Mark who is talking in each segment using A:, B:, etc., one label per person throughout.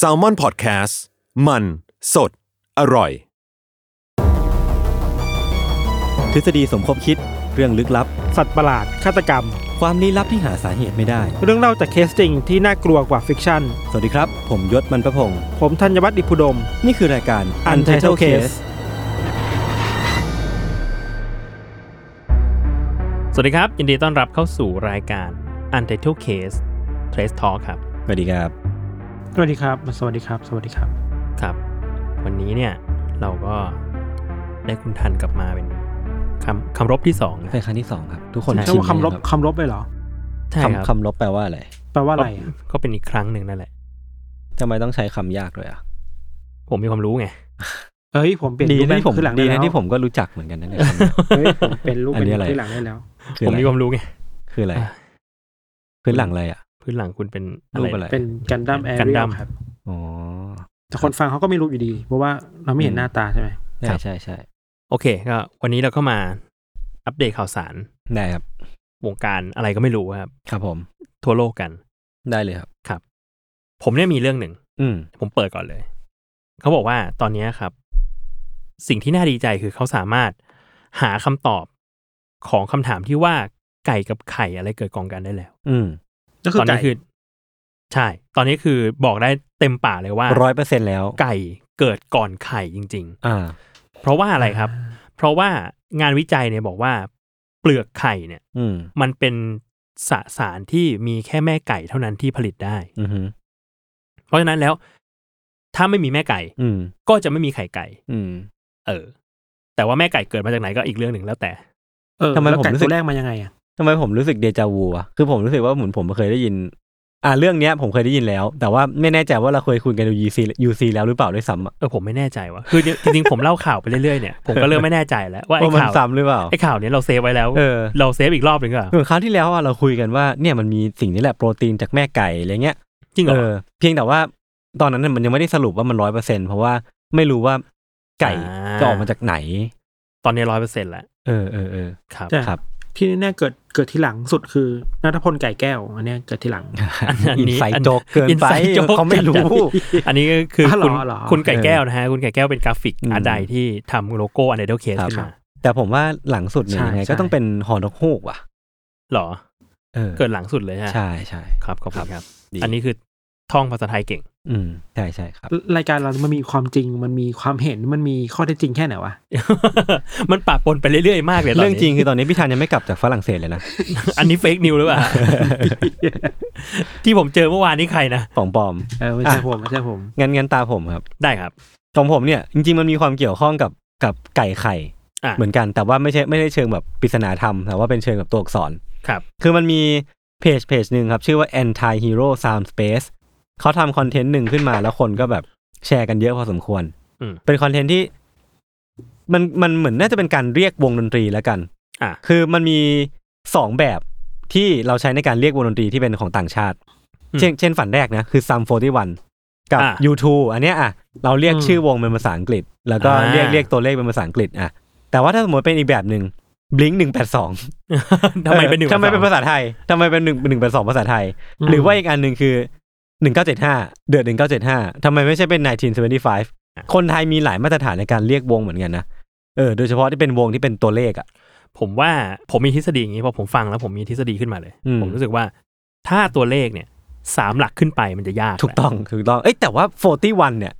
A: s a l m o n PODCAST มันสดอร่อย
B: ทฤษฎีสมคบคิดเรื่องลึกลับ
C: สัตว์ประหลาด ฆาตกรรม
B: ความลี้ลับที่หาสาเหตุไม่ได้
C: เรื่องเล่าจากเคสจริงที่น่ากลัวกว่าฟิกชั่น
B: สวัสดีครับ ผมยศมันประพงศ์
C: ผมธัญวัฒน์อิพุดม
B: นี่คือรายการ Untitled Case
D: สวัสดีครับ ยินดีต้อนรับเข้าสู่รายการ Untitled Case Trace Talk ครับ
B: สวัสดีครับ
C: สวัสดีครับ สวัสดีครับ สวัสดีครับ
D: ครับ วันนี้เนี่ยเราก็ได้คุณทันกลับมาเป็นคำคำรบที่สองนะ
B: เป็นครั้งที่สองครับ ทุกคน
D: ใช่
C: เรียกว่าคำรบ
B: ค
C: คำรบเลยเหรอ
B: ำคำคำลบแปลว่าอะไร
C: แปลว่าอะไรอะ
D: ก็เป็นอีกครั้งหนึ่งนั่นแหละ
B: ทำไมต้องใช้คำยากเลยอ่ะ
D: ผมมีความรู้ไง
C: เอ้ย ผมเปลี่ยน
B: ดี
C: รูป
B: นะ
C: แบบ
B: ที่ผม
C: คือหลัง
B: ดี
C: ได้แล้
B: นะ
C: ว
B: ที่ผมก็รู้จักเหมือนกัน นะเนี่ยคำนี้
C: เฮ้ยผมเปลี่ยนรูป
B: อัน
C: เป็น
B: นี้อะไร
C: คือหลังได้แล้ว
B: คือ
D: ผ
B: อะ
D: ม
B: ไร
D: มีความรู้ไง
B: คืออะไร
D: อ่ะ
B: พื้นหลังอะไรอ่ะ
D: พื้นหลังคุณเป็น
B: รูปอะไร
C: เป็นกันดั้มแอ
D: กัน
C: เรีย
D: ดั้ม
C: ครับ
B: อ๋อ
C: แต่คนฟังเขาก็ไม่รู้อยู่ดี เพราะว่าเราไม่เห็นหน้าตาใช่ไหม
B: ใช่ใช่ใช่
D: โอเคก็วันนี้เราก็มาอัปเดตข่าวสาร
B: ได้ครับ
D: วงการอะไรก็ไม่รู้ครับ
B: ครับผม
D: ทั่วโลกกัน
B: ได้เลยครับ
D: ผมเนี่ยมีเรื่องหนึ่ง
B: อืม
D: ผมเปิดก่อนเลย เขาบอกว่าตอนเนี้ยครับ สิ่งที่น่าดีใจคือเขาสามารถหาคำตอบของคำถามที่ว่าไก่กับไข่อะไรเกิดกองกันได้แล้ว
B: อืม
C: ก็คือ
D: ตอนนี้
C: ไก่
D: คือ ใช่ ตอนนี้คือบอกได้เต็มป่ากเลยว่า
B: ร้อยเปอร์เซ็นต์แล้ว
D: ไก่เกิดก่อนไข่จริง
B: อ่า
D: ๆ เพราะว่าอะไรครับ เพราะว่างานวิจัยเนี่ยบอกว่า เปลือกไข่เนี่ย
B: อืม
D: มันเป็นสสารที่มีแค่แม่ไก่เท่านั้นที่ผลิตได้
B: อืมฮึ
D: เพราะฉะนั้นแล้วถ้าไม่มีแม่ไก่
B: อืม
D: ก็จะไม่มีไข่ไก่
B: อืม
D: เออ แต่ว่าแม่ไก่เกิดมาจากไหนก็อีกเรื่องหนึ่งแล้วแต่
C: เออ
B: ทำไม
C: แล้ว
B: ผม
C: ไก่
B: รู้สึ
C: ตั
B: ก
C: วแรกมายังไงอ่ะ
B: ทำไมผมรู้สึกเดจาวูอะคือผมรู้สึกว่าเหมือนผมเคยได้ยิน อ่าเรื่องเนี้ยผมเคยได้ยินแล้ว แต่ว่าไม่แน่ใจว่าเราเคยคุยกันยูซียูซีแล้วหรือเปล่าด้วยซ้ำอะ
D: เออผมไม่แน่ใจว่ะคือจริงๆ ผมเล่าข่าวไปเรื่อย ๆเนี่ยผมก็เริ่มไม่แน่ใจแล้วว่าไอ้
B: ว่ามัน
D: ข่าว
B: ซ้ำหรือเปล่า
D: ไอ้ข่าวเนี้ยเราเซฟไว้แล้ว
B: เออ
D: เราเซฟอีกรอบหนึ่งเหรอ
B: เหมือนคราวที่แล้วอะเราคุยกันว่าเนี่ยมันมีสิ่งนี้แหละโปรตีนจากแม่ไก่อะไรเงี้ย
D: จริงเหร
B: เอ
D: อ
B: อเพียงแต่ว่าตอนนั้นน่ะมันยังไม่ได้สรุปว่ามันร้อยเปอร์เซ็นเพราะว่าไม่รู้ว่าไก่
D: อ่า
B: จะออกมาจากไหน
D: ตอนนี้ร้อยเปอร์เซ็นต์แล้ว
B: เออเออเออ
D: ครับ
C: แต่
B: ครับ
C: ที่แน่ๆเกิดเกิดที่หลังสุดคือนัทพลไก่แก้ว อันเนี้ยเกิดที่ หลัง
B: อินไซต์โจกเกิน
D: อิ
B: ไป
D: ซต์โจ๊ก
B: เขาไม่รู้
D: อันนี้ก็คือ
C: อ๋อเหรอ
D: คุณ
C: เหรอ
D: คุณไก่แก้วนะฮะคุณไก่แก้วเป็นกราฟิก
B: อืม
D: อาร์ตไดที่ทำโลโก้อันเดอร์เคส
B: ครับ
D: ขึ้นมา
B: แต่ผมว่าหลังสุดเนี่ย
C: ใช่
B: ยังไง
C: ใช่
B: ก็ต้องเป็นฮอนกฮูกว่ะ
D: เหรอ
B: เออ
D: เกิดหลังสุดเลยฮะ
B: ใช่ใช่
D: ครับขอบคุณครับ
B: ดี
D: อันนี้คือท่องภาษาไทยเก่ง
B: อืมใช่ใช่ครับ
C: รายการเรามันมีความจริง มันมีความเห็น มันมีข้อเท็จจริงแค่ไหนวะ
D: มันปะปนไปเรื่อยๆมากเลยตนนี้
B: เรื่องจริงคือตอนนี้พี่ธันยังไม่กลับจากฝรั่งเศสเลยนะ
D: อันนี้เฟกนิวหรือเปล่า ที่ผมเจอเมื่อวานนี้ใครนะ
B: ของปลอม
C: เออไม่ใช่ผมไม่ใช่ผม
B: งั้นงั้นตาผมครับ
D: ได้ครับ
B: ของผมเนี่ย จริงๆมันมีความเกี่ยวข้องกับกับไก่ไข่
D: อ่ะ
B: เหมือนกันแต่ว่าไม่ใช่ไม่ได้เชิงแบบปริศนาธรรม แต่ว่าเป็นเชิงแบบตัวอักษร
D: ครับ
B: คือมันมีเพจเพจหนึ่งครับ ชื่อว่า anti hero sound space เขาทำคอนเทนต์หนึ่งขึ้นมาแล้วคนก็แบบแชร์กันเยอะพอสมควร
D: อืม
B: เป็นคอนเทนต์ที่ มันมันเหมือนน่าจะเป็นการเรียกวงดนตรีแล้วกัน
D: อ่ะ
B: คือมันมีสองแบบที่เราใช้ในการเรียกวงดนตรีที่เป็นของต่างชาติ
D: อืม
B: เช่น เช่นฝันแรกนะคือ Sum 41 กับ
D: อ่ะ
B: U2 อันเนี้ยอ่ะเราเรียก
C: อืม
B: ชื่อวงเป็นภาษาอังกฤษ แล้วก็
D: อ่า
B: เรียกเรียกตัวเลขเป็นภาษาอังกฤษอ่ะแต่ว่าถ้าสมมติเป็นอีกแบบหนึ่ง Blink 182
D: ทำไมเป็นหนึ่ง
B: ทำไมเป็น
D: สอ
B: ภาษาไทยทำไมเป็นหนึ่งหนึ่งเป็นสองภาษาไทย
C: อืม
B: หรือว่าอีกอันหนึ่งคือหนึ่งเก้าเจ็ดห้าเดือนหนึ่งเก้าเจ็ดห้าทำไมไม่ใช่เป็น 1975 คนไทยมีหลายมาตรฐานในการเรียกวงเหมือนกันนะเออโดยเฉพาะที่เป็นวงที่เป็นตัวเลขอ่ะ
D: ผมว่าผมมีทฤษฎีอย่างนี้พอผมฟังแล้วผมมีทฤษฎีขึ้นมาเลย
B: อืม
D: ผมรู้สึกว่า ถ้าตัวเลขเนี่ยสามหลักขึ้นไปมันจะยาก
B: ถูก
D: แล้ว
B: ต้องถูกต้องเอ้ยแต่ว่า 41 เนี่ย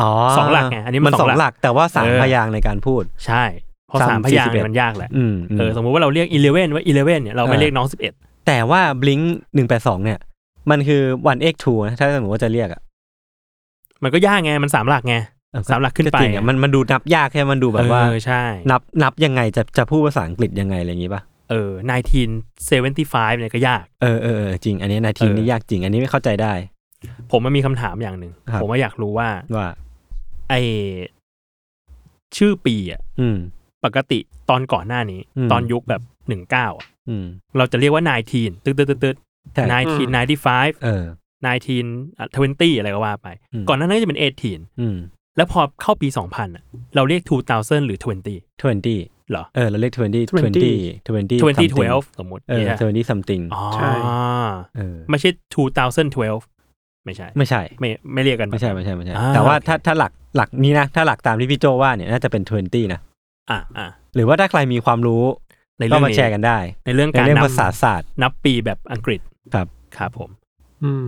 B: อ๋อ
D: สองหลักไงอันนี้มัน
B: มันส
D: ส
B: อ
D: อง ง
B: ห
D: หลั
B: ลัก
D: ก
B: แต่ว่าสาม
D: เออ
B: พยางค์ในการพูด
D: ใช่เพราะ
B: สาม
D: สามพยางค์เนี่ย
B: 41
D: มันยากแหละ
B: อืมม
D: เออสมมุติว่าเราเรียกอีเลเว่นว่าอีเลเว่นเนี่ยเราไม่
B: อ่า
D: เรียกน้องสิบเอ็ด
B: แต่ว่า Blink 182 เนี่ย มันคือวันเอ็กทูนะถ้าสมมติว่าจะเรียกอ่ะ
D: มันก็ยากไงมันสามหลักไง
B: เออก็
D: สามหลักขึ้นไป
B: จริงอะมันมันดูนับยากแค่มันดูแบบว่า
D: เออใช่
B: นับนับยังไงจะจะพูดภาษาอังกฤษยังไงอะไรอย่างงี้ป่ะ
D: เ เออ1975เนี่ยก็ยาก
B: เออเออเออจริง อันนี้นาที
D: เออ
B: นี้ยากจริง อันนี้ไม่เข้าใจได้
D: ผมมันมีคำถามอย่างหนึ่ง
B: ครับ
D: ผมว่าอยากรู้ว่า
B: ว่า
D: ไอชื่อปีอะ
B: อืม
D: ปกติตอนก่อนหน้านี้
B: อืม
D: ตอนยุคแบบหนึ่งเก้า
B: อืม
D: เราจะเรียกว่า 19ตึ๊ดตึ๊ดตึ๊ดตึ๊ด
B: ใช่
D: 19 95
B: เออ
D: 19อ่ะ20 อะไรก็ว่าไป
B: อืม
D: ก่อนหน้านั้นก็จะเป็น 18
B: อืม
D: แล้วพอเข้าปี 2000อะเราเรียก 2000 หรือ 20
B: ทเวนตี้
D: เหรอ
B: เออเราเรียกทเวนตี้ทเวนตี้ทเวนตี้
D: 2012 สมมติ
B: เออ
D: นี่ฮะ
B: ทเวนตี้ซัมติง
D: อ๋อ
C: ใช่
B: เออ
D: ไม่ใช่ 2012 ไม่ใช่
B: ไม่ใช่
D: ไม่ไม่เรียกกันแบบ
B: ไม่ใช่ไม่ใช่ไม่ใช่
D: อ่า
B: แต่ว่า
D: โอเค
B: ถ้าถ้าหลักหลักนี้นะ ถ้าหลักตามที่พี่โจว่าเนี่ยน่าจะเป็นทเวนตี้นะ
D: อ่ะอ่ะ
B: หรือว่าถ้าใครมีความรู้
D: ใน
B: ก็
D: เรื่อง
B: มา
D: นี้
B: แชร์กันได้
D: ในเรื่อง
B: ใน
D: การ
B: เรื่อง
D: นับ
B: ภาษาศาสตร์
D: นับปีแบบอังกฤษ
B: ครับ
D: ครับผม
C: อืม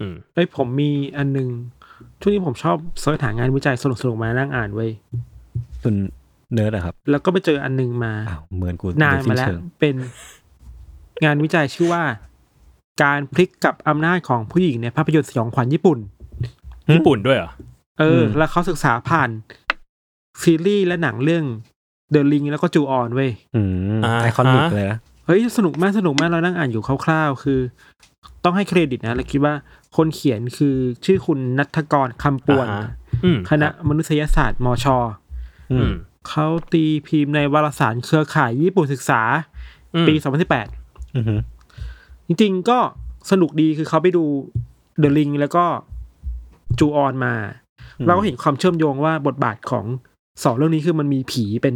D: อืม
C: ไอยผมมีอันหนึงช่วงนี้ผมชอบเสิร์ชหางานวิจัยสนุกๆมานั่งอ่านเว้ย
B: คุณเนิร์ดอะครับ
C: แล้วก็ไปเจออันหนึงมา
B: อ้าวเหมือนกู
C: นาน
B: โดยสิ้
C: มาแล้ว
B: เชิง
C: เป็นงานวิจัยชื่อว่า การพลิกกลับอำนาจของผู้หญิงในภาพยนตร์สยองขวัญญี่ปุ่น
D: ญี่ปุ่นด้วยเหรอ
C: เอออ แล้วเขาศึกษาผ่าน ซีรีส์และหนังเรื่องเดอะลิงแล้วก็จูออนเว้ย
B: อืม
D: อ่า
B: ไอคอนิก
D: ฮะ
B: เลยนะ
C: เฮ้ย สนุกมาก สนุกมาก เรานั่งอ่านอยู่คร่าวๆ คือ ต้องให้เครดิตนะเราคิดว่าคนเขียนคือชื่อคุณนัทกรคำปวน
D: อ่าฮะอืม
C: คณะมนุษยศาสตร์มช
B: อื
D: อื
B: ม
D: ม
C: เขาตีพิมพ์ในวารสารเครือข่ายญี่ปุ่นศึกษา ปี
D: อืม
C: 2018
B: อือหือ
C: จริงๆก็สนุกดีคือเขาไปดูเดอะลิงแล้วก็จูออนมา เราก็เห็นความเชื่อมโยงว่าบทบาทของสองเรื่องนี้คือมันมีผีเป็น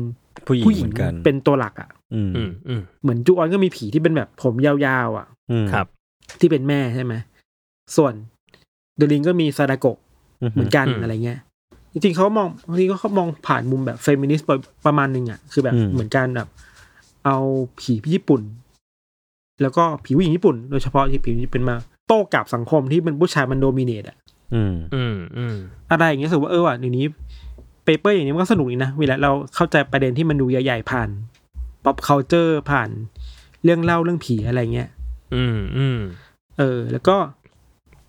B: ผู้หญิง
C: ผู้หญิ
B: เห
C: ง
B: มือนกัน
C: เป็นตัวหลักอะ่ะ
B: อืม
D: อืมอืม
C: เหมือนจูออนก็มีผีที่เป็นแบบผมยาวๆอะ่ะ
B: อืม
D: ครับ
C: ที่เป็นแม่ใช่ไหมส่วนเดอะลิงก็มีซาดาโกะ
B: อือ
C: เห
B: หื
C: มื
B: อ
C: อนกัน
D: อืม
C: อะไรเงี้ยจริงๆเขามองจริงๆเขามองผ่านมุมแบบเฟมินิสต์ประมาณหนึงอะ่ะคือแบบเหมือนการแบบเอาผีญี่ปุ่น แล้วก็ผีผู้หญิงญี่ปุ่น โดยเฉพาะที่ผีญี่ปุ่นมาโต้กลับสังคมที่มันผู้ชายมันโดมิเนตอะ
B: อืม
D: อืมอืม
C: อะไรอย่างเงี้ยรู้สึกว่าเออว่ะเดี๋ยวนี้เปเปอร์อย่างนี้มันก็สนุกดีนะเวลาเราเข้าใจประเด็นที่มันดูใหญ่ๆผ่าน pop culture ผ่านเรื่องเล่าเรื่องผีอะไรเงี้ย
D: อืมอืม
C: เออ แล้วก็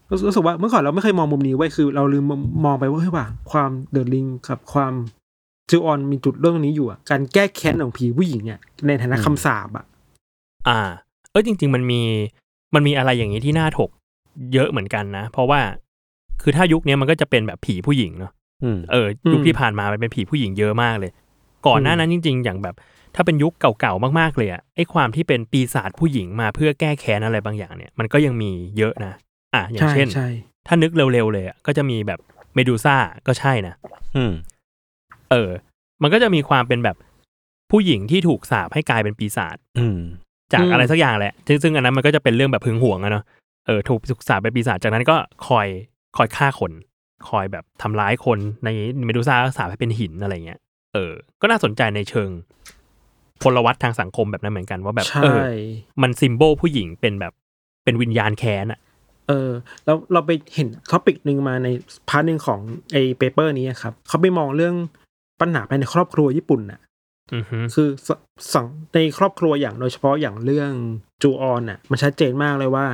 C: รู้รู้สึกว่าเมื่อก่อนเราไม่เคยมองมุมนี้ไว้ยคือ เราลืมมองไปว่าเฮ้ยว่ะความเดอะลิงกับความจูออนมีจุดเรื่องนี้อยู่อะการแก้แค้นของผีผู้หญิงเนี่ยในฐานะคำสาปอะ
D: อ่า เออจริง ๆ มันมีมันมีอะไรอย่างนี้ที่น่าถก เยอะเหมือนกันนะ เพราะว่าคือถ้ายุคเนี้ยมันก็จะเป็นแบบผีผู้หญิงเนาะ
B: อืม
D: เออยุคที่ผ่านมามันเป็นผีผู้หญิงเยอะมากเลย ก่อนหน้านั้นจริง ๆ อย่างแบบ ถ้าเป็นยุคเก่าๆมากๆเลยอะไอความที่เป็นปีศาจผู้หญิงมาเพื่อแก้แค้นอะไรบางอย่างเนี่ย มันก็ยังมีเยอะนะอ่ะอย่าง
C: ใช่
D: เช่น
C: ใช่
D: ถ้านึกเร็วๆเลยอะก็จะมีแบบเมดูซ่าก็ใช่นะ
B: อืม
D: เออ มันก็จะมีความเป็นแบบผู้หญิงที่ถูกสาปให้กลายเป็นปีศาจ
B: อืม
D: จากอะไรสักอย่างแหละ ซึ่งซึ่งอันนั้นมันก็จะเป็นเรื่องแบบพึงหวงอะเนาะ เออ ถูกสาปเป็นปีศาจ จากนั้นก็คอยคอยฆ่าคน คอยแบบทำร้ายคน ในเมดูซ่าก็สาปให้เป็นหินอะไรเงี้ย เออ ก็น่าสนใจในเชิง พลวัตทางสังคมแบบนั้นเหมือนกันว่าแบบ
C: ใช่
D: เออ มันซิมโบลผู้หญิงเป็นแบบเป็นวิญญาณแค้นอะ
C: เออแล้วเราไปเห็นท็อปิกหนึ่งมาในพาร์ทหนึ่งของไอ้เปเปอร์นี้ครับเขาไปมองเรื่องปัญหาภายในครอบครัวญี่ปุ่นน่ะ
D: อือฮึ
C: คือสสังในครอบครัวอย่างโดยเฉพาะอย่างเรื่องจูออนน่ะ มันชัดเจนมากเลยว่า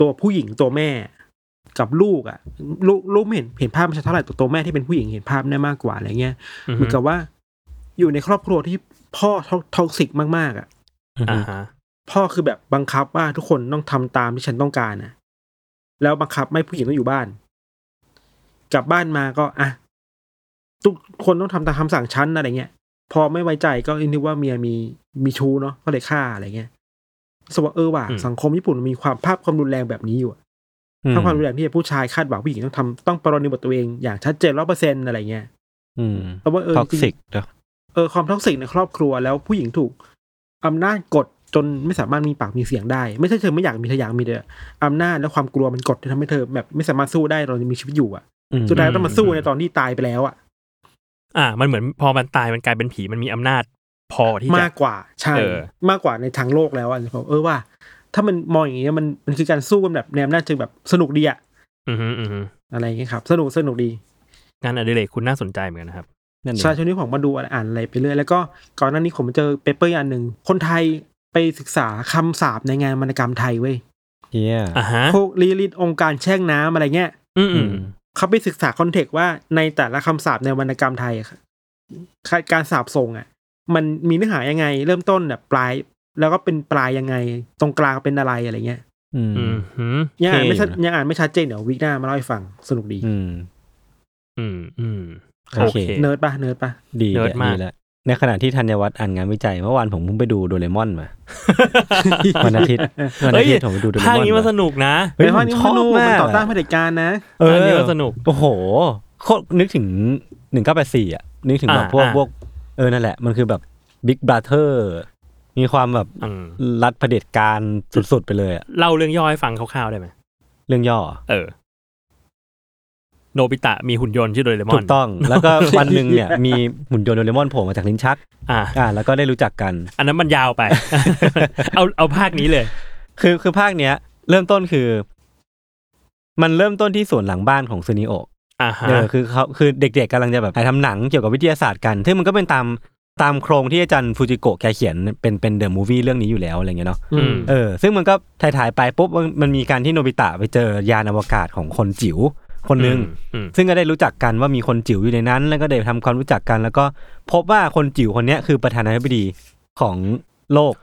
C: ตัวผู้หญิงตัวแม่กับลูกอ่ะ ลูกลูกไม่เห็นเห็นภาพมันชัดเท่าไหร่แต่ตัวแม่ที่เป็นผู้หญิงเห็นภาพได้มากกว่าอะไรเงี้ย
D: อือ
C: เห
D: ฮึ
C: มือนกับว่า อยู่ในครอบครัวที่พ่อท็อกซิกมากๆอ่ะ
B: อืม
D: อ่าฮะ
C: พ่อคือแบบบังคับว่าทุกคนต้องทำตามที่ฉันต้องการนะแล้วบังคับไม่ให้ผู้หญิงต้องอยู่บ้าน กลับบ้านมาก็อ่ะทุกคนต้องทำตามคำสั่งฉันอะไรเงี้ย พอไม่ไว้ใจก็นึกว่าเมียมีมีชู้เนาะก็เลยฆ่าอะไรเงี้ยรู้สกว่าเออว่ะ
D: อืม
C: สังคมญี่ปุ่นมันมีความภาพความรุนแรงแบบนี้อยู่อะภาพความรุนแรงที่ผู้ชายคาดหวังผู้หญิงต้องทำต้องประนนิบัติตัวเองอย่างชัดเจนร้อเปอร์เซ็นต์อะไรเงี้ย
B: อืม
C: แต่ว่าเออ
B: ท็อก
C: จริงๆ
B: ซิกเนอะ
C: เออความท็อกซิกในครอบครัวแล้วผู้หญิงถูกอำนาจกดจนไม่สามารถมีปากมีเสียงได้ ไม่ใช่เธอไม่อยากมีเธออยากมีเดออำนาจและความกลัวมันกดจนทำให้เธอแบบไม่สามารถสู้ได้ตอนยังมีชีวิตอยู่อ่ะ
B: อืม
C: สุดท้ายต้องมาสู้ในตอนที่ตายไปแล้วอ่ะ
D: อ่า มันเหมือนพอมันตายมันกลายเป็นผีมันมีอำนาจพอที่จะ
C: มากกว่าใช่
D: เออ
C: มากกว่าในทางโลกแล้วอ่ะผมเออว่า ถ้ามันมองอย่างนี้ยมันมันคือการสู้กันแบบแนวหน้าจึงแบบสนุกดีอ่ะ
D: อือฮึอือฮึ
C: อะไรอย่างเงี้ยครับ สนุกสนุกดี
D: งานอดิเรกคุณน่าสนใจเหมือนกันนะครับ
B: นั่นเอง
C: ใช่ช่วงนี้ผมมาดูอะไรอ่านอะไรไปเรื่อยแล้วก็ก่อนหน้านี้ผมเจอเปเปอร์อันหนึ่งคนไทยไปศึกษาคำสาปในงานวรรณกรรมไทยเว้ย
B: เฮีย
D: อ่าฮะ
C: พวกลีลิตองค์การแช่งน้ำอะไรเงี้ย
D: อืม
B: อื
D: อื
B: ม
D: ม
C: เขาไปศึกษาคอนเทกต์ว่าในแต่ละคำสาปในวรรณกรรมไทยอะค่ะการสาปส่งอ่ะ มันมีเนื้อหายังไง เริ่มต้นแบบปลาย แล้วก็เป็นปลายยังไง ตรงกลางเป็นอะไรอะไรเงี้ย
B: อืม
D: อืมหืม
C: ยังอ่านไม่ชัด
B: เท่อยู่นะ
C: ยังอ่านไม่ชัดเจนเดี๋ยววิกหน้ามาเล่าให้ฟังสนุกดี
B: อืม
D: อืมอืม
B: โอเค
C: เนิร์ดปะเนิร์ดปะ
B: ดี
D: เนิร์ด
B: แหละ
D: มาก
B: ดีแล้วในขณะที่ธัญวัฒน์อ่านงานวิจัยเมื่อวานผมเพิ่งไปดูโดเรมอนมา วันอาทิตย์วันอาทิตย์ผมไปดูโดเรมอน
D: ภาคนี้มันสนุกนะ
B: เฮ้ย
C: แต่
B: ผ
C: ว่าม นี่
B: ช
C: มั
B: อนบ
C: นุกมัน
B: มาก
C: ต่อต้านเผด็จการนะ
B: เออ
D: ภาคนี้มันสนุก
B: โอ้โหโคตรนึกถึงหนึ่งเก้าแปดสี่อ่ะ นึกถึงแบบ
D: อ่า
B: พวก
D: อ่า
B: พวกเออนั่นแหละ มันคือแบบบิ๊กบราเธอร์มีความแบบ
D: อืม
B: รัฐเผด็จการสุดๆไปเลยอะ
D: เล่าเรื่องย่อให้ฟังคร่าวๆได้ไหม
B: เรื่องย่ออะ
D: เออ โนบิตะมีหุ่นยนต์ชื่อโดเรมอน
B: ถูกต้อง แล้วก็วันหนึ่งเนี่ย มีหุ่นยนต์โดเรมอนโผล่มาจากลิ้นชัก
D: อ่า
B: อ่า แล้วก็ได้รู้จักกัน
D: อันนั้นมันยาว ไป เอาเอาภาคนี้เลย
B: คือคือภาคเนี้ย เริ่มต้นคือ มันเริ่มต้นที่สวนหลังบ้านของซูนิโอะ
D: อ่าฮะ
B: เออคือเขาคือเด็กๆกำลังจะแบบถ่ายทำหนังเกี่ยวกับวิทยาศาสตร์กัน ซึ่งมันก็เป็นตามตามโครงที่อาจารย์ฟูจิโกะแกเขียนเป็นเป็นเดอะมูฟวี่เรื่องนี้อยู่แล้วอะไรเงี้ยเนาะ
D: อืม
B: เออซึ่งมันก็ถ่ายถ่ายๆไปปุ๊บมันมันมีการที่โนบิตะไปเจอยานอวกาศของคนจิ๋วคนหนึ่ง
D: อืม
B: ซึ่งก็ได้รู้จักกันว่ามีคนจิ๋วอยู่ในนั้น แล้วก็ได้ทำความรู้จักกัน แล้วก็พบว่าคนจิ๋วคนเนี้ยคือประธานาธิบดีของโลก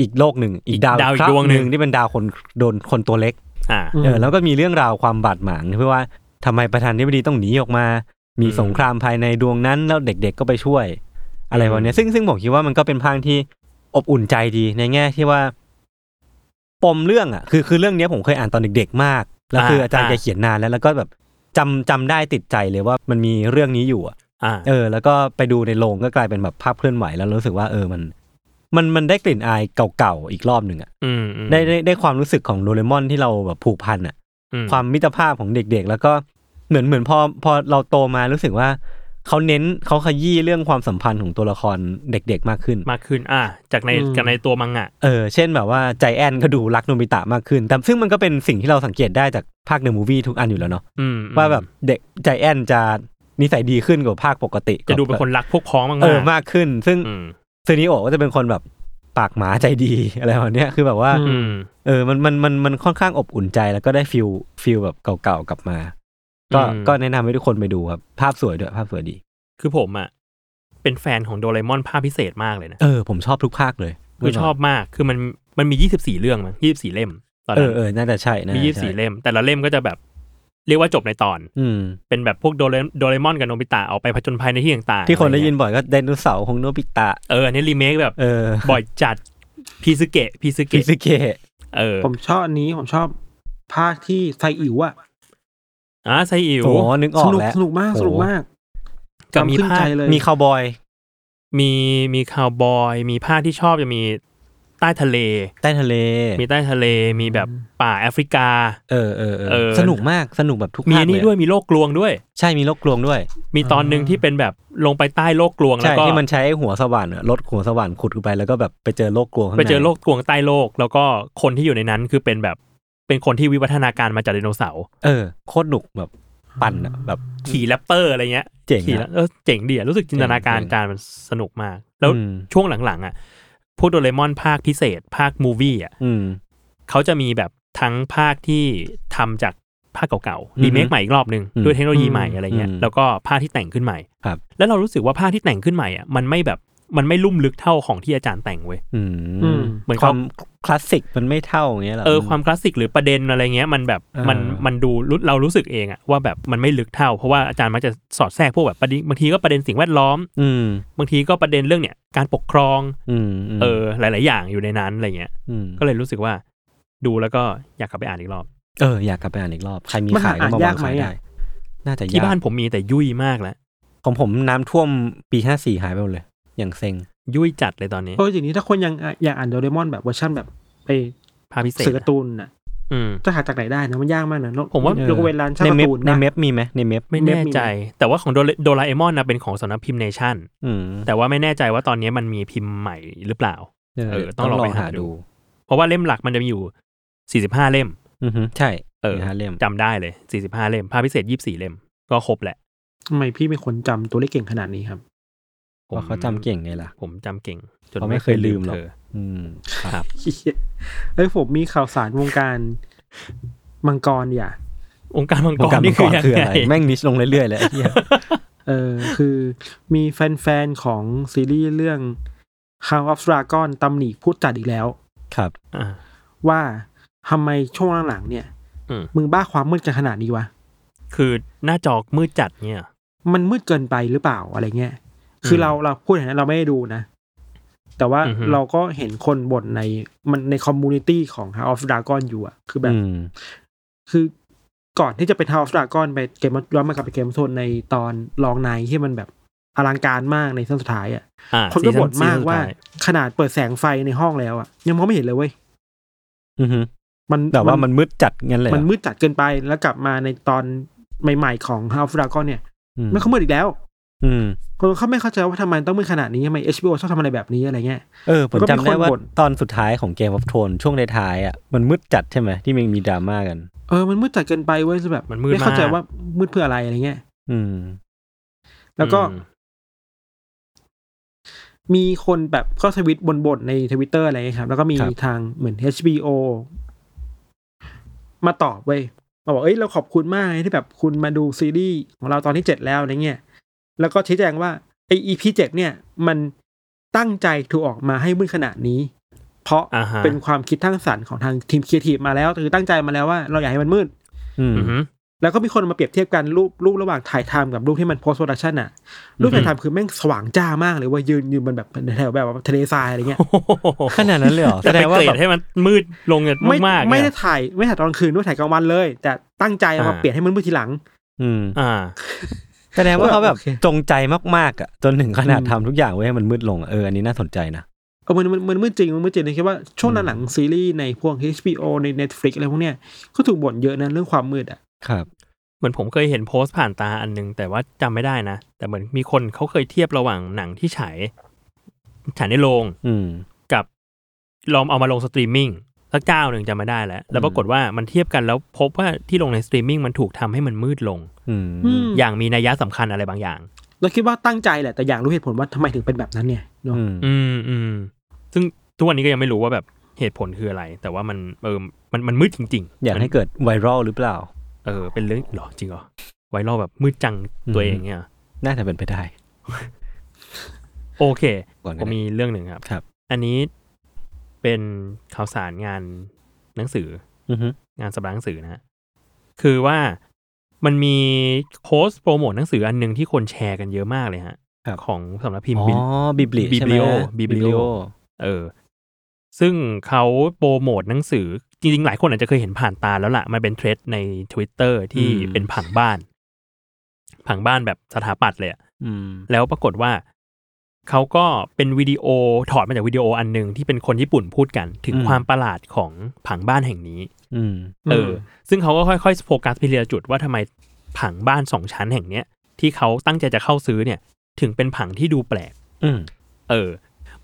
B: อีกโลกหนึ่ง อีกดาว
D: ดาวอีก
B: ครั้
D: ดวงหนึ่ง
B: ที่เป็นดาวคนโดนคนตัวเล็ก
D: อ่า
C: อืม
B: เออแล้วก็มีเรื่องราวความบาดหมางเพื่อว่าทำไมประธานาธิบดีต้องหนีออกมา มี
D: อืม
B: สงครามภายในดวงนั้น แล้วเด็กๆก็ไปช่วย อะไร
D: อืม
B: วันนี้ยซึ่งซึ่งผมคิดว่ามันก็เป็นพางที่อบอุ่นใจดีในแง่ที่ว่า ปมเรื่องอ่ะคือคือเรื่องเนี้ยผมเคยอ่านตอนเด็กๆมาก แล้วคืออาจารย์แกเขียนนานแล้ว แล้วก็แบบจำจำได้ติดใจเลยว่ามันมีเรื่องนี้อยู่อะ
D: อ่า
B: เออ แล้วก็ไปดูในโรงก็กลายเป็นแบบภาพเคลื่อนไหวแล้วรู้สึกว่าเออมัน มันมันได้กลิ่นอายเก่าๆอีกรอบหนึ่งอ่ะ
D: อืมอืม
B: ได้ได้ได้ความรู้สึกของโดเรมอนที่เราแบบผูกพันอ่ะ
D: อื
B: ความมิตรภาพของเด็กๆ แล้วก็เหมือนเหมือนพอพอเราโตมารู้สึกว่าเขาเน้นเขาขยี้เรื่องความสัมพันธ์ของตัวละครเด็กๆ มากขึ้น
D: มากขึ้น อ่า จากใน
C: อืม
D: จากในตัวมังงะ
B: เออเช่นแบบว่าใจแอนก็ดูรักโนบิตะมากขึ้น แต่ซึ่งมันก็เป็นสิ่งที่เราสังเกตได้จากภาคเดอะมูวี่ทุกอันอยู่แล้วเนาะ
D: อืม
B: ว่าแบบเด็กใจแอนจะนิสัยดีขึ้นกว่าภาคปกติ
D: จะดูเป็นคนรักพวกพ้องมากๆ
B: เออมากขึ้น ซึ่ง
D: อืม
B: ซูนิโอะก็จะเป็นคนแบบปากหมาใจดี อะไรแบบเนี้ยคือแบบว่า
C: อื
D: อืม
B: เออ มัน มัน มัน มันค่อนข้างอบอุ่นใจ แล้วก็ได้ฟิล ฟิลแบบเก่าๆ กลับมา ก็
D: อืม
B: ก็แนะนำให้ทุกคนไปดูครับ ภาพสวยด้วย ภาพสวยดี
D: คือผมอ่ะ เป็นแฟนของโดเรมอนภาคพิเศษมากเลยนะ
B: เออ ผมชอบทุกภาคเลย
D: คือชอบมาก คือมันมันมียี่สิบสี่เรื่องมั้งยี่สิบสี่เล่ม ตอน
B: เอ
D: นั้
B: อ
D: น
B: เออ น่าจะใช่นะ
D: มียี่สิบสี่เล่ม แต่ละเล่มก็จะแบบ เรียกว่าจบในตอน
B: อืม
D: เป็นแบบพวกโดเรโดเรมอนกับโนบิตะออกไปผจญภัยในที่ต่างๆ
B: ที่คนได้ยิน
D: อะไรเงี้
B: บ่อยก็ไดโนเสาร์ของโนบิตะ
D: เอออันนี้รีเมคแบบ
B: เออ
D: บ่อยจัดพีซึเกะพีซึ
B: กิ
D: เกะ
B: สเกะ
D: เออ
C: ผมชอบอันนี้ผมชอบภาคที่ไซอิ๋วอะ
D: อ่าไซอิว
B: โอ้นึกอ
C: ส
B: อก
C: นุก
B: แล้ว
C: สนุกมาก
B: โอ้
C: สนุกมาก
D: จะมี
C: จำขึ้น
D: ภาค
C: ใจเลย
B: มีคาวบอย
D: มีมีคาวบอย มีภาคที่ชอบจะมีใต้ทะเล
B: ใต้ทะเล
D: มีใต้ทะเลมีแบบป่าแอฟริกา
B: เออเออเอ
D: เอ
B: อ
D: อ
B: สนุกมาก สนุกแบบทุก
D: มี
B: ภาค
D: นี่
B: เล
D: ด้วย
B: ย
D: มีโลกกลวงด้วย
B: ใช่ มีโลกกลวงด้วย
D: มีตอนหนึ่งที่เป็นแบบลงไปใต้โลกกลวงแล้
B: ใช่
D: วก็
B: ที่มันใช้หัวสว่านอะรถหัวสว่านขุดเข้าไป แล้วก็แบบไปเจอโลกกลวงข้างใน
D: ไปเจอโลกกลวงใต้โลก แล้วก็คนที่อยู่ในนั้นคือเป็นแบบเป็นคนที่วิวัฒนาการมาจากไดโนเสาร์
B: เออ โคตรหนุกแบบปั่นอะแบบ
D: ขี่แรปเปอร์อะไรเงี้ย
B: เจ๋ง
D: ขี่
B: อะ
D: แล้วเออเจ๋งดีอะรู้สึกจินตนาการ
B: เจ๋ง
D: การมันสนุกมาก แล้ว
B: อืม
D: ช่วงหลังๆอ่ะพวกโดเรมอนภาคพิเศษ ภาคมูวี่อ่ะ
B: อืม
D: เขาจะมีแบบทั้งภาคที่ทำจากภาคเก่าๆรีเมค
B: อือฮึ
D: ใหม่อีกรอบหนึ่ง
B: อืม
D: ด้วยเทคโนโลยีใหม่อะไรเงี้ย
B: อืม
D: แล้วก็ภาคที่แต่งขึ้นใหม่
B: ครับ
D: แล้วเรารู้สึกว่าภาคที่แต่งขึ้นใหม่อ่ะมันไม่แบบมันไม่ลุ่มลึกเท่าของที่อาจารย์แต่งเว้ย
B: อื
C: อื
B: ม
C: ม
D: เหมือน
B: ค
D: เขา
B: วามคลาสสิกมันไม่เท่าอย่างเงี้ยหรอ
D: เออความคลาสสิกหรือประเด็นอะไรเงี้ยมันแบบ
B: เออ
D: มันมันดูรู้เรารู้สึกเองอ่ะว่าแบบมันไม่ลึกเท่า เพราะว่าอาจารย์มักจะสอดแทรกพวกแบบประเด็นบางทีก็ประเด็นสิ่งแวดล้อม
B: อืม
D: บางทีก็ประเด็นเรื่องเนี่ยการปกครอง
B: อืม
D: เออหลาย ๆ อย่างอยู่ในนั้นอะไรเงี้ย
B: ม
D: ก็เลยรู้สึกว่าดูแล้วก็อยากกลับไปอ่านอีกรอบ
B: เออ อยากกลับไปอ่านอีกรอบ ใครมี
C: มัน
B: ขา
C: หาย
B: ก็มา
C: อ่า
B: วาย
C: นาง กไหม
B: ขาย
C: อะ
B: ได้ น่าจะ
D: ที่
B: ยา
D: บ้าน
B: ก
D: ผมมีแต่ยุ่ยมากแล้ว
B: ของผมน้ำท่วมปีห้าสี่หายไปหมดเลย อย่างเซ็ง
D: ยุ่ยจัดเลยตอนนี้
C: เพราะอย่างนี้ถ้าคนยังอยากอ่านโดเรมอนแบบเวอร์ชันแบบไป
D: ภาพพิเศษ
C: สื่อการ์ตูนน่ะ
D: อืม
C: จะหาจากไหนได้นะมันยากมากนะ
D: ผมว่า
C: ยกเว้นร้านเช่า
B: ใน
C: กา
B: เม
C: ร์
B: ฟ
C: ตูน
B: ใน
C: นะ
B: เมฟมีไหมในเมฟ
D: ไม่
C: เน
D: แน่
C: บมี
D: ใจ
C: ไหม แต่
D: แต่ว่าของโดเรโดราเอมอนนะเป็นของสำนักพิมพ์เนชั่น
B: อืม
D: แต่ว่าไม่แน่ใจว่าตอนนี้มันมีพิมพ์ใหม่หรือเปล่า เออต้องลองไปหาดู เพราะว่าเล่มหลักมันจะมีอยู่ 45 เล่ม
B: อือฮึใช่
D: เออ
B: มีห้าเล่ม
D: จำได้เลย 45 เล่ม ภาพพิเศษ 24 เล่ม ก็ครบแหละ
C: ทำไมพี่เป็นคนจำตัวเลขเก่งขนาดนี้ครับ
B: เพราะเขาจำเก่งไงล่ะ
D: ผมจำเก่งจน
B: เขาไม่เคยลืมหรอก
D: เธอ
B: อืม
D: ครับ
C: เอ้ยผมมีข่าวสารวงการมังกรอย่า
D: องค์การมัง
B: ว
D: ก
B: ง
D: ร
B: การมั
D: นี่
B: งก
D: คือ
B: ร
D: ยัง
B: คืออะ
D: ไง
B: ไร แม่งนิชลงเรื่อยๆเลยไอ้เหี้ย
C: เออคือมีแฟนๆ ของซีรีส์เรื่อง House of Dragon ตำหนิผู้จัดอีกแล้ว
B: ครับ
D: อ่า
C: ว่าทำไมช่วงหลังๆเนี่ย
D: อืม
C: มึงบ้าความมืดกันขนาดนี้วะ
D: คือหน้าจอมืดจัดเนี่ย
C: มันมืดเกินไปหรือเปล่าอะไรเงี้ย คืออ
D: ม
C: เราเราพูดอย่างนั้นเราไม่ได้ดูนะ แต่ว่า
D: อือฮึ
C: เราก็เห็นคนบ่นในมันในคอมมูนิตี้ของ House of Dragon อยู่อะคือแบบ
B: อืม
C: คือก่อนที่จะเป็น House of Dragon ไปเกมย้อนมากลับไปเกมโซนในตอนลองในที่มันแบบอลังการมากในตอนสุดท้ายอะ
D: อ่า
C: คนก็บ่น
D: ซี
C: มาก
D: ซั่สุด
C: ว่า
D: ท้ย
C: ขนาดเปิดแสงไฟในห้องแล้วอะยังมองไม่เห็นเลยเว้ย
B: อือฮึ
C: มัน
B: แต่ว่ามันมืดจัดงั้นเลยเหร
C: มั
B: อน
C: มืดจัดเกินไปแล้วกลับมาในตอนใหม่ๆของ House of Dragon เนี่ย
B: อืม
C: มันก็มืดอีกแล้ว
B: อืม
C: คนเขาไม่เข้าใจว่าทำไมต้องมืดขนาดนี้ทำไม HBO ชอบทำอะไรแบบนี้อะไรเงี้ย
B: เออผม
C: แล้วก็มี
B: จำได้ว่า
C: คนบ่น
B: ตอนสุดท้ายของเกมออฟโทนช่วงในท้ายๆอ่ะมันมืดจัดใช่ไหมที่มันมีดราม่ากัน
C: เออ มันมืดจัดเกินไปเว้ยแบบ
D: มันมืด
C: ไม่เข้าใจ
D: ก
C: ว่ามืดเพื่ออะไรอะไรเงี้ย
B: อืม
C: แล้วก็
D: อืม
C: มีคนแบบก็ทวิตบนบนๆในทวิตเตอร์อะไรเงี้ยครับ แล้วก็มี
B: ครับ
C: ทางเหมือน HBO มาตอบเว้ยมาบอกเอ้ยเราขอบคุณมากนะที่แบบคุณมาดูซีรีส์ของเราตอนที่เจ็ดแล้วอะไรเงี้ย แล้วก็ชี้แจงว่าไอ EP เจ็ดเนี่ย มันตั้งใจถูกออกมาให้มืดขนาดนี้ เพราะ
D: อ่าฮะ
C: เป็นความคิดทั้างสรรค์ของทางทีมครีเอทีฟมาแล้วคือตั้งใจมาแล้วว่าเราอยากให้มันมืด
B: อืม
D: อือฮึ
C: แล้วก็มีคนมาเปรียบเทียบกันรูปรูประหว่างถ่ายทำกับรูปที่มันโพสต์โปรดักชันอะรูปถ่ายทำคือแม่งสว่างจ้ามากเลยเว่ายืนยืนบนแบบแถวแบบว่าทะเลทรายอะไรเงี้ย
B: ขนาดนั้นเลยเหรอแส
D: จะ
B: ด
D: ไป
B: งว่า
D: เกร
B: แบ
D: ด
B: บ
D: ให้มันมืดลงเนี่ย
C: ไม่
D: มากๆ
C: ไม่ได้
D: เนี่ย
C: ถ่ายไม่ได้ถ่ายตอนกลางคืนไม่ได้ถ่ายกลางวันเลย แต่ตั้งใจเอามา
D: อ่า
C: เปลี่ยนให้มันมืดทีหลัง
B: อืม
D: อ่า
B: แสดงว่าเขาแบบ
C: โอเค
B: จงใจมากๆอ่ะจนถึงขนาดทำทุกอย่างไว้ให้มันมืดลงอะเอออันนี้น่าสนใจนะ
C: เออมันมันมันมืดจริงมันมืดจริงเลยคิดว่าช่วงหลังๆซีรีส์ในพวก HBO ใน Netflix อะไรพวกเนี้ยก็ถูกบ่นเยอะนะเรื่องความมืดอะ
B: ครับ
D: เหมือนผมเคยเห็นโพสต์ผ่านตาอันนึง แต่ว่าจำไม่ได้นะ แต่เหมือนมีคนเขาเคยเทียบระหว่างหนังที่ฉายฉายในโรง
B: อืม
D: กับลองเอามาลงสตรีมมิ่งสักเจ้าหนึ่งจำไม่ได้แล้ว แล้วปรากฏว่ามันเทียบกันแล้วพบว่าที่ลงในสตรีมมิ่งมันถูกทำให้มันมืดลง
B: อืม
D: อ
C: อยาก
D: ย่างมีนัยสำคัญอะไรบางอย่าง
C: เราคิดว่าตั้งใจแหละแต่อยากรู้เหตุผลว่าทำไมถึงเป็นแบบนั้นเนี่ยเนาะ
B: อืม
D: อืมอืมซึ่งทุกวันนี้ก็ยังไม่รู้ว่าแบบเหตุผลคืออะไร แต่ว่ามันเออมันมันมืดจริงๆ
B: อยาก
D: มัน
B: ให้เกิดไวรัลหรือเปล่า
D: เออเป็นเรื่องเหรอจริงเหรอไวรัลแบบมืดจังตัวเองเนี่ย
B: น่าจะเป็นไปได้
D: โอเค
B: ก่อน
D: ผ
B: ก็
D: ม
B: ได้
D: มีเรื่องหนึ่งครับ
B: ครับ
D: อันนี้เป็นข่าวสารงานหนังสือ
B: อือฮึ
D: งานสัปดาห์หนังสือนะฮะคือว่ามันมีโค้ชโปรโมทหนังสืออันหนึ่งที่คนแชร์กันเยอะมากเลยฮะ ของสำนักพิมพ์
B: อ๋อ
D: บิล
B: บิบลิใช่ไหม
D: Biblio Biblio เออ ซึ่งเขาโปรโมทหนังสือ จริงๆ หลายคนอาจจะเคยเห็นผ่านตาแล้วล่ะ มันเป็นเทรดใน Twitter ที่
B: อืม
D: เป็นผังบ้าน ผังบ้านแบบสถาปัตย์เลยอะ
B: อืม
D: แล้วปรากฏว่าเขาก็เป็นวิดีโอถอดมาจากวิดีโออันหนึ่งที่เป็นคนญี่ปุ่นพูดกัน ถึง
B: อืม
D: ความประหลาดของผังบ้านแห่งนี้
B: อืม
D: เออ ซึ่งเขาก็ค่อยๆโฟกัสไปทีละจุดว่าทำไมผังบ้านสองชั้นแห่งเนี้ยที่เขาตั้งใจจะเข้าซื้อเนี่ย ถึงเป็นผังที่ดูแปลก
B: อืม
D: เออ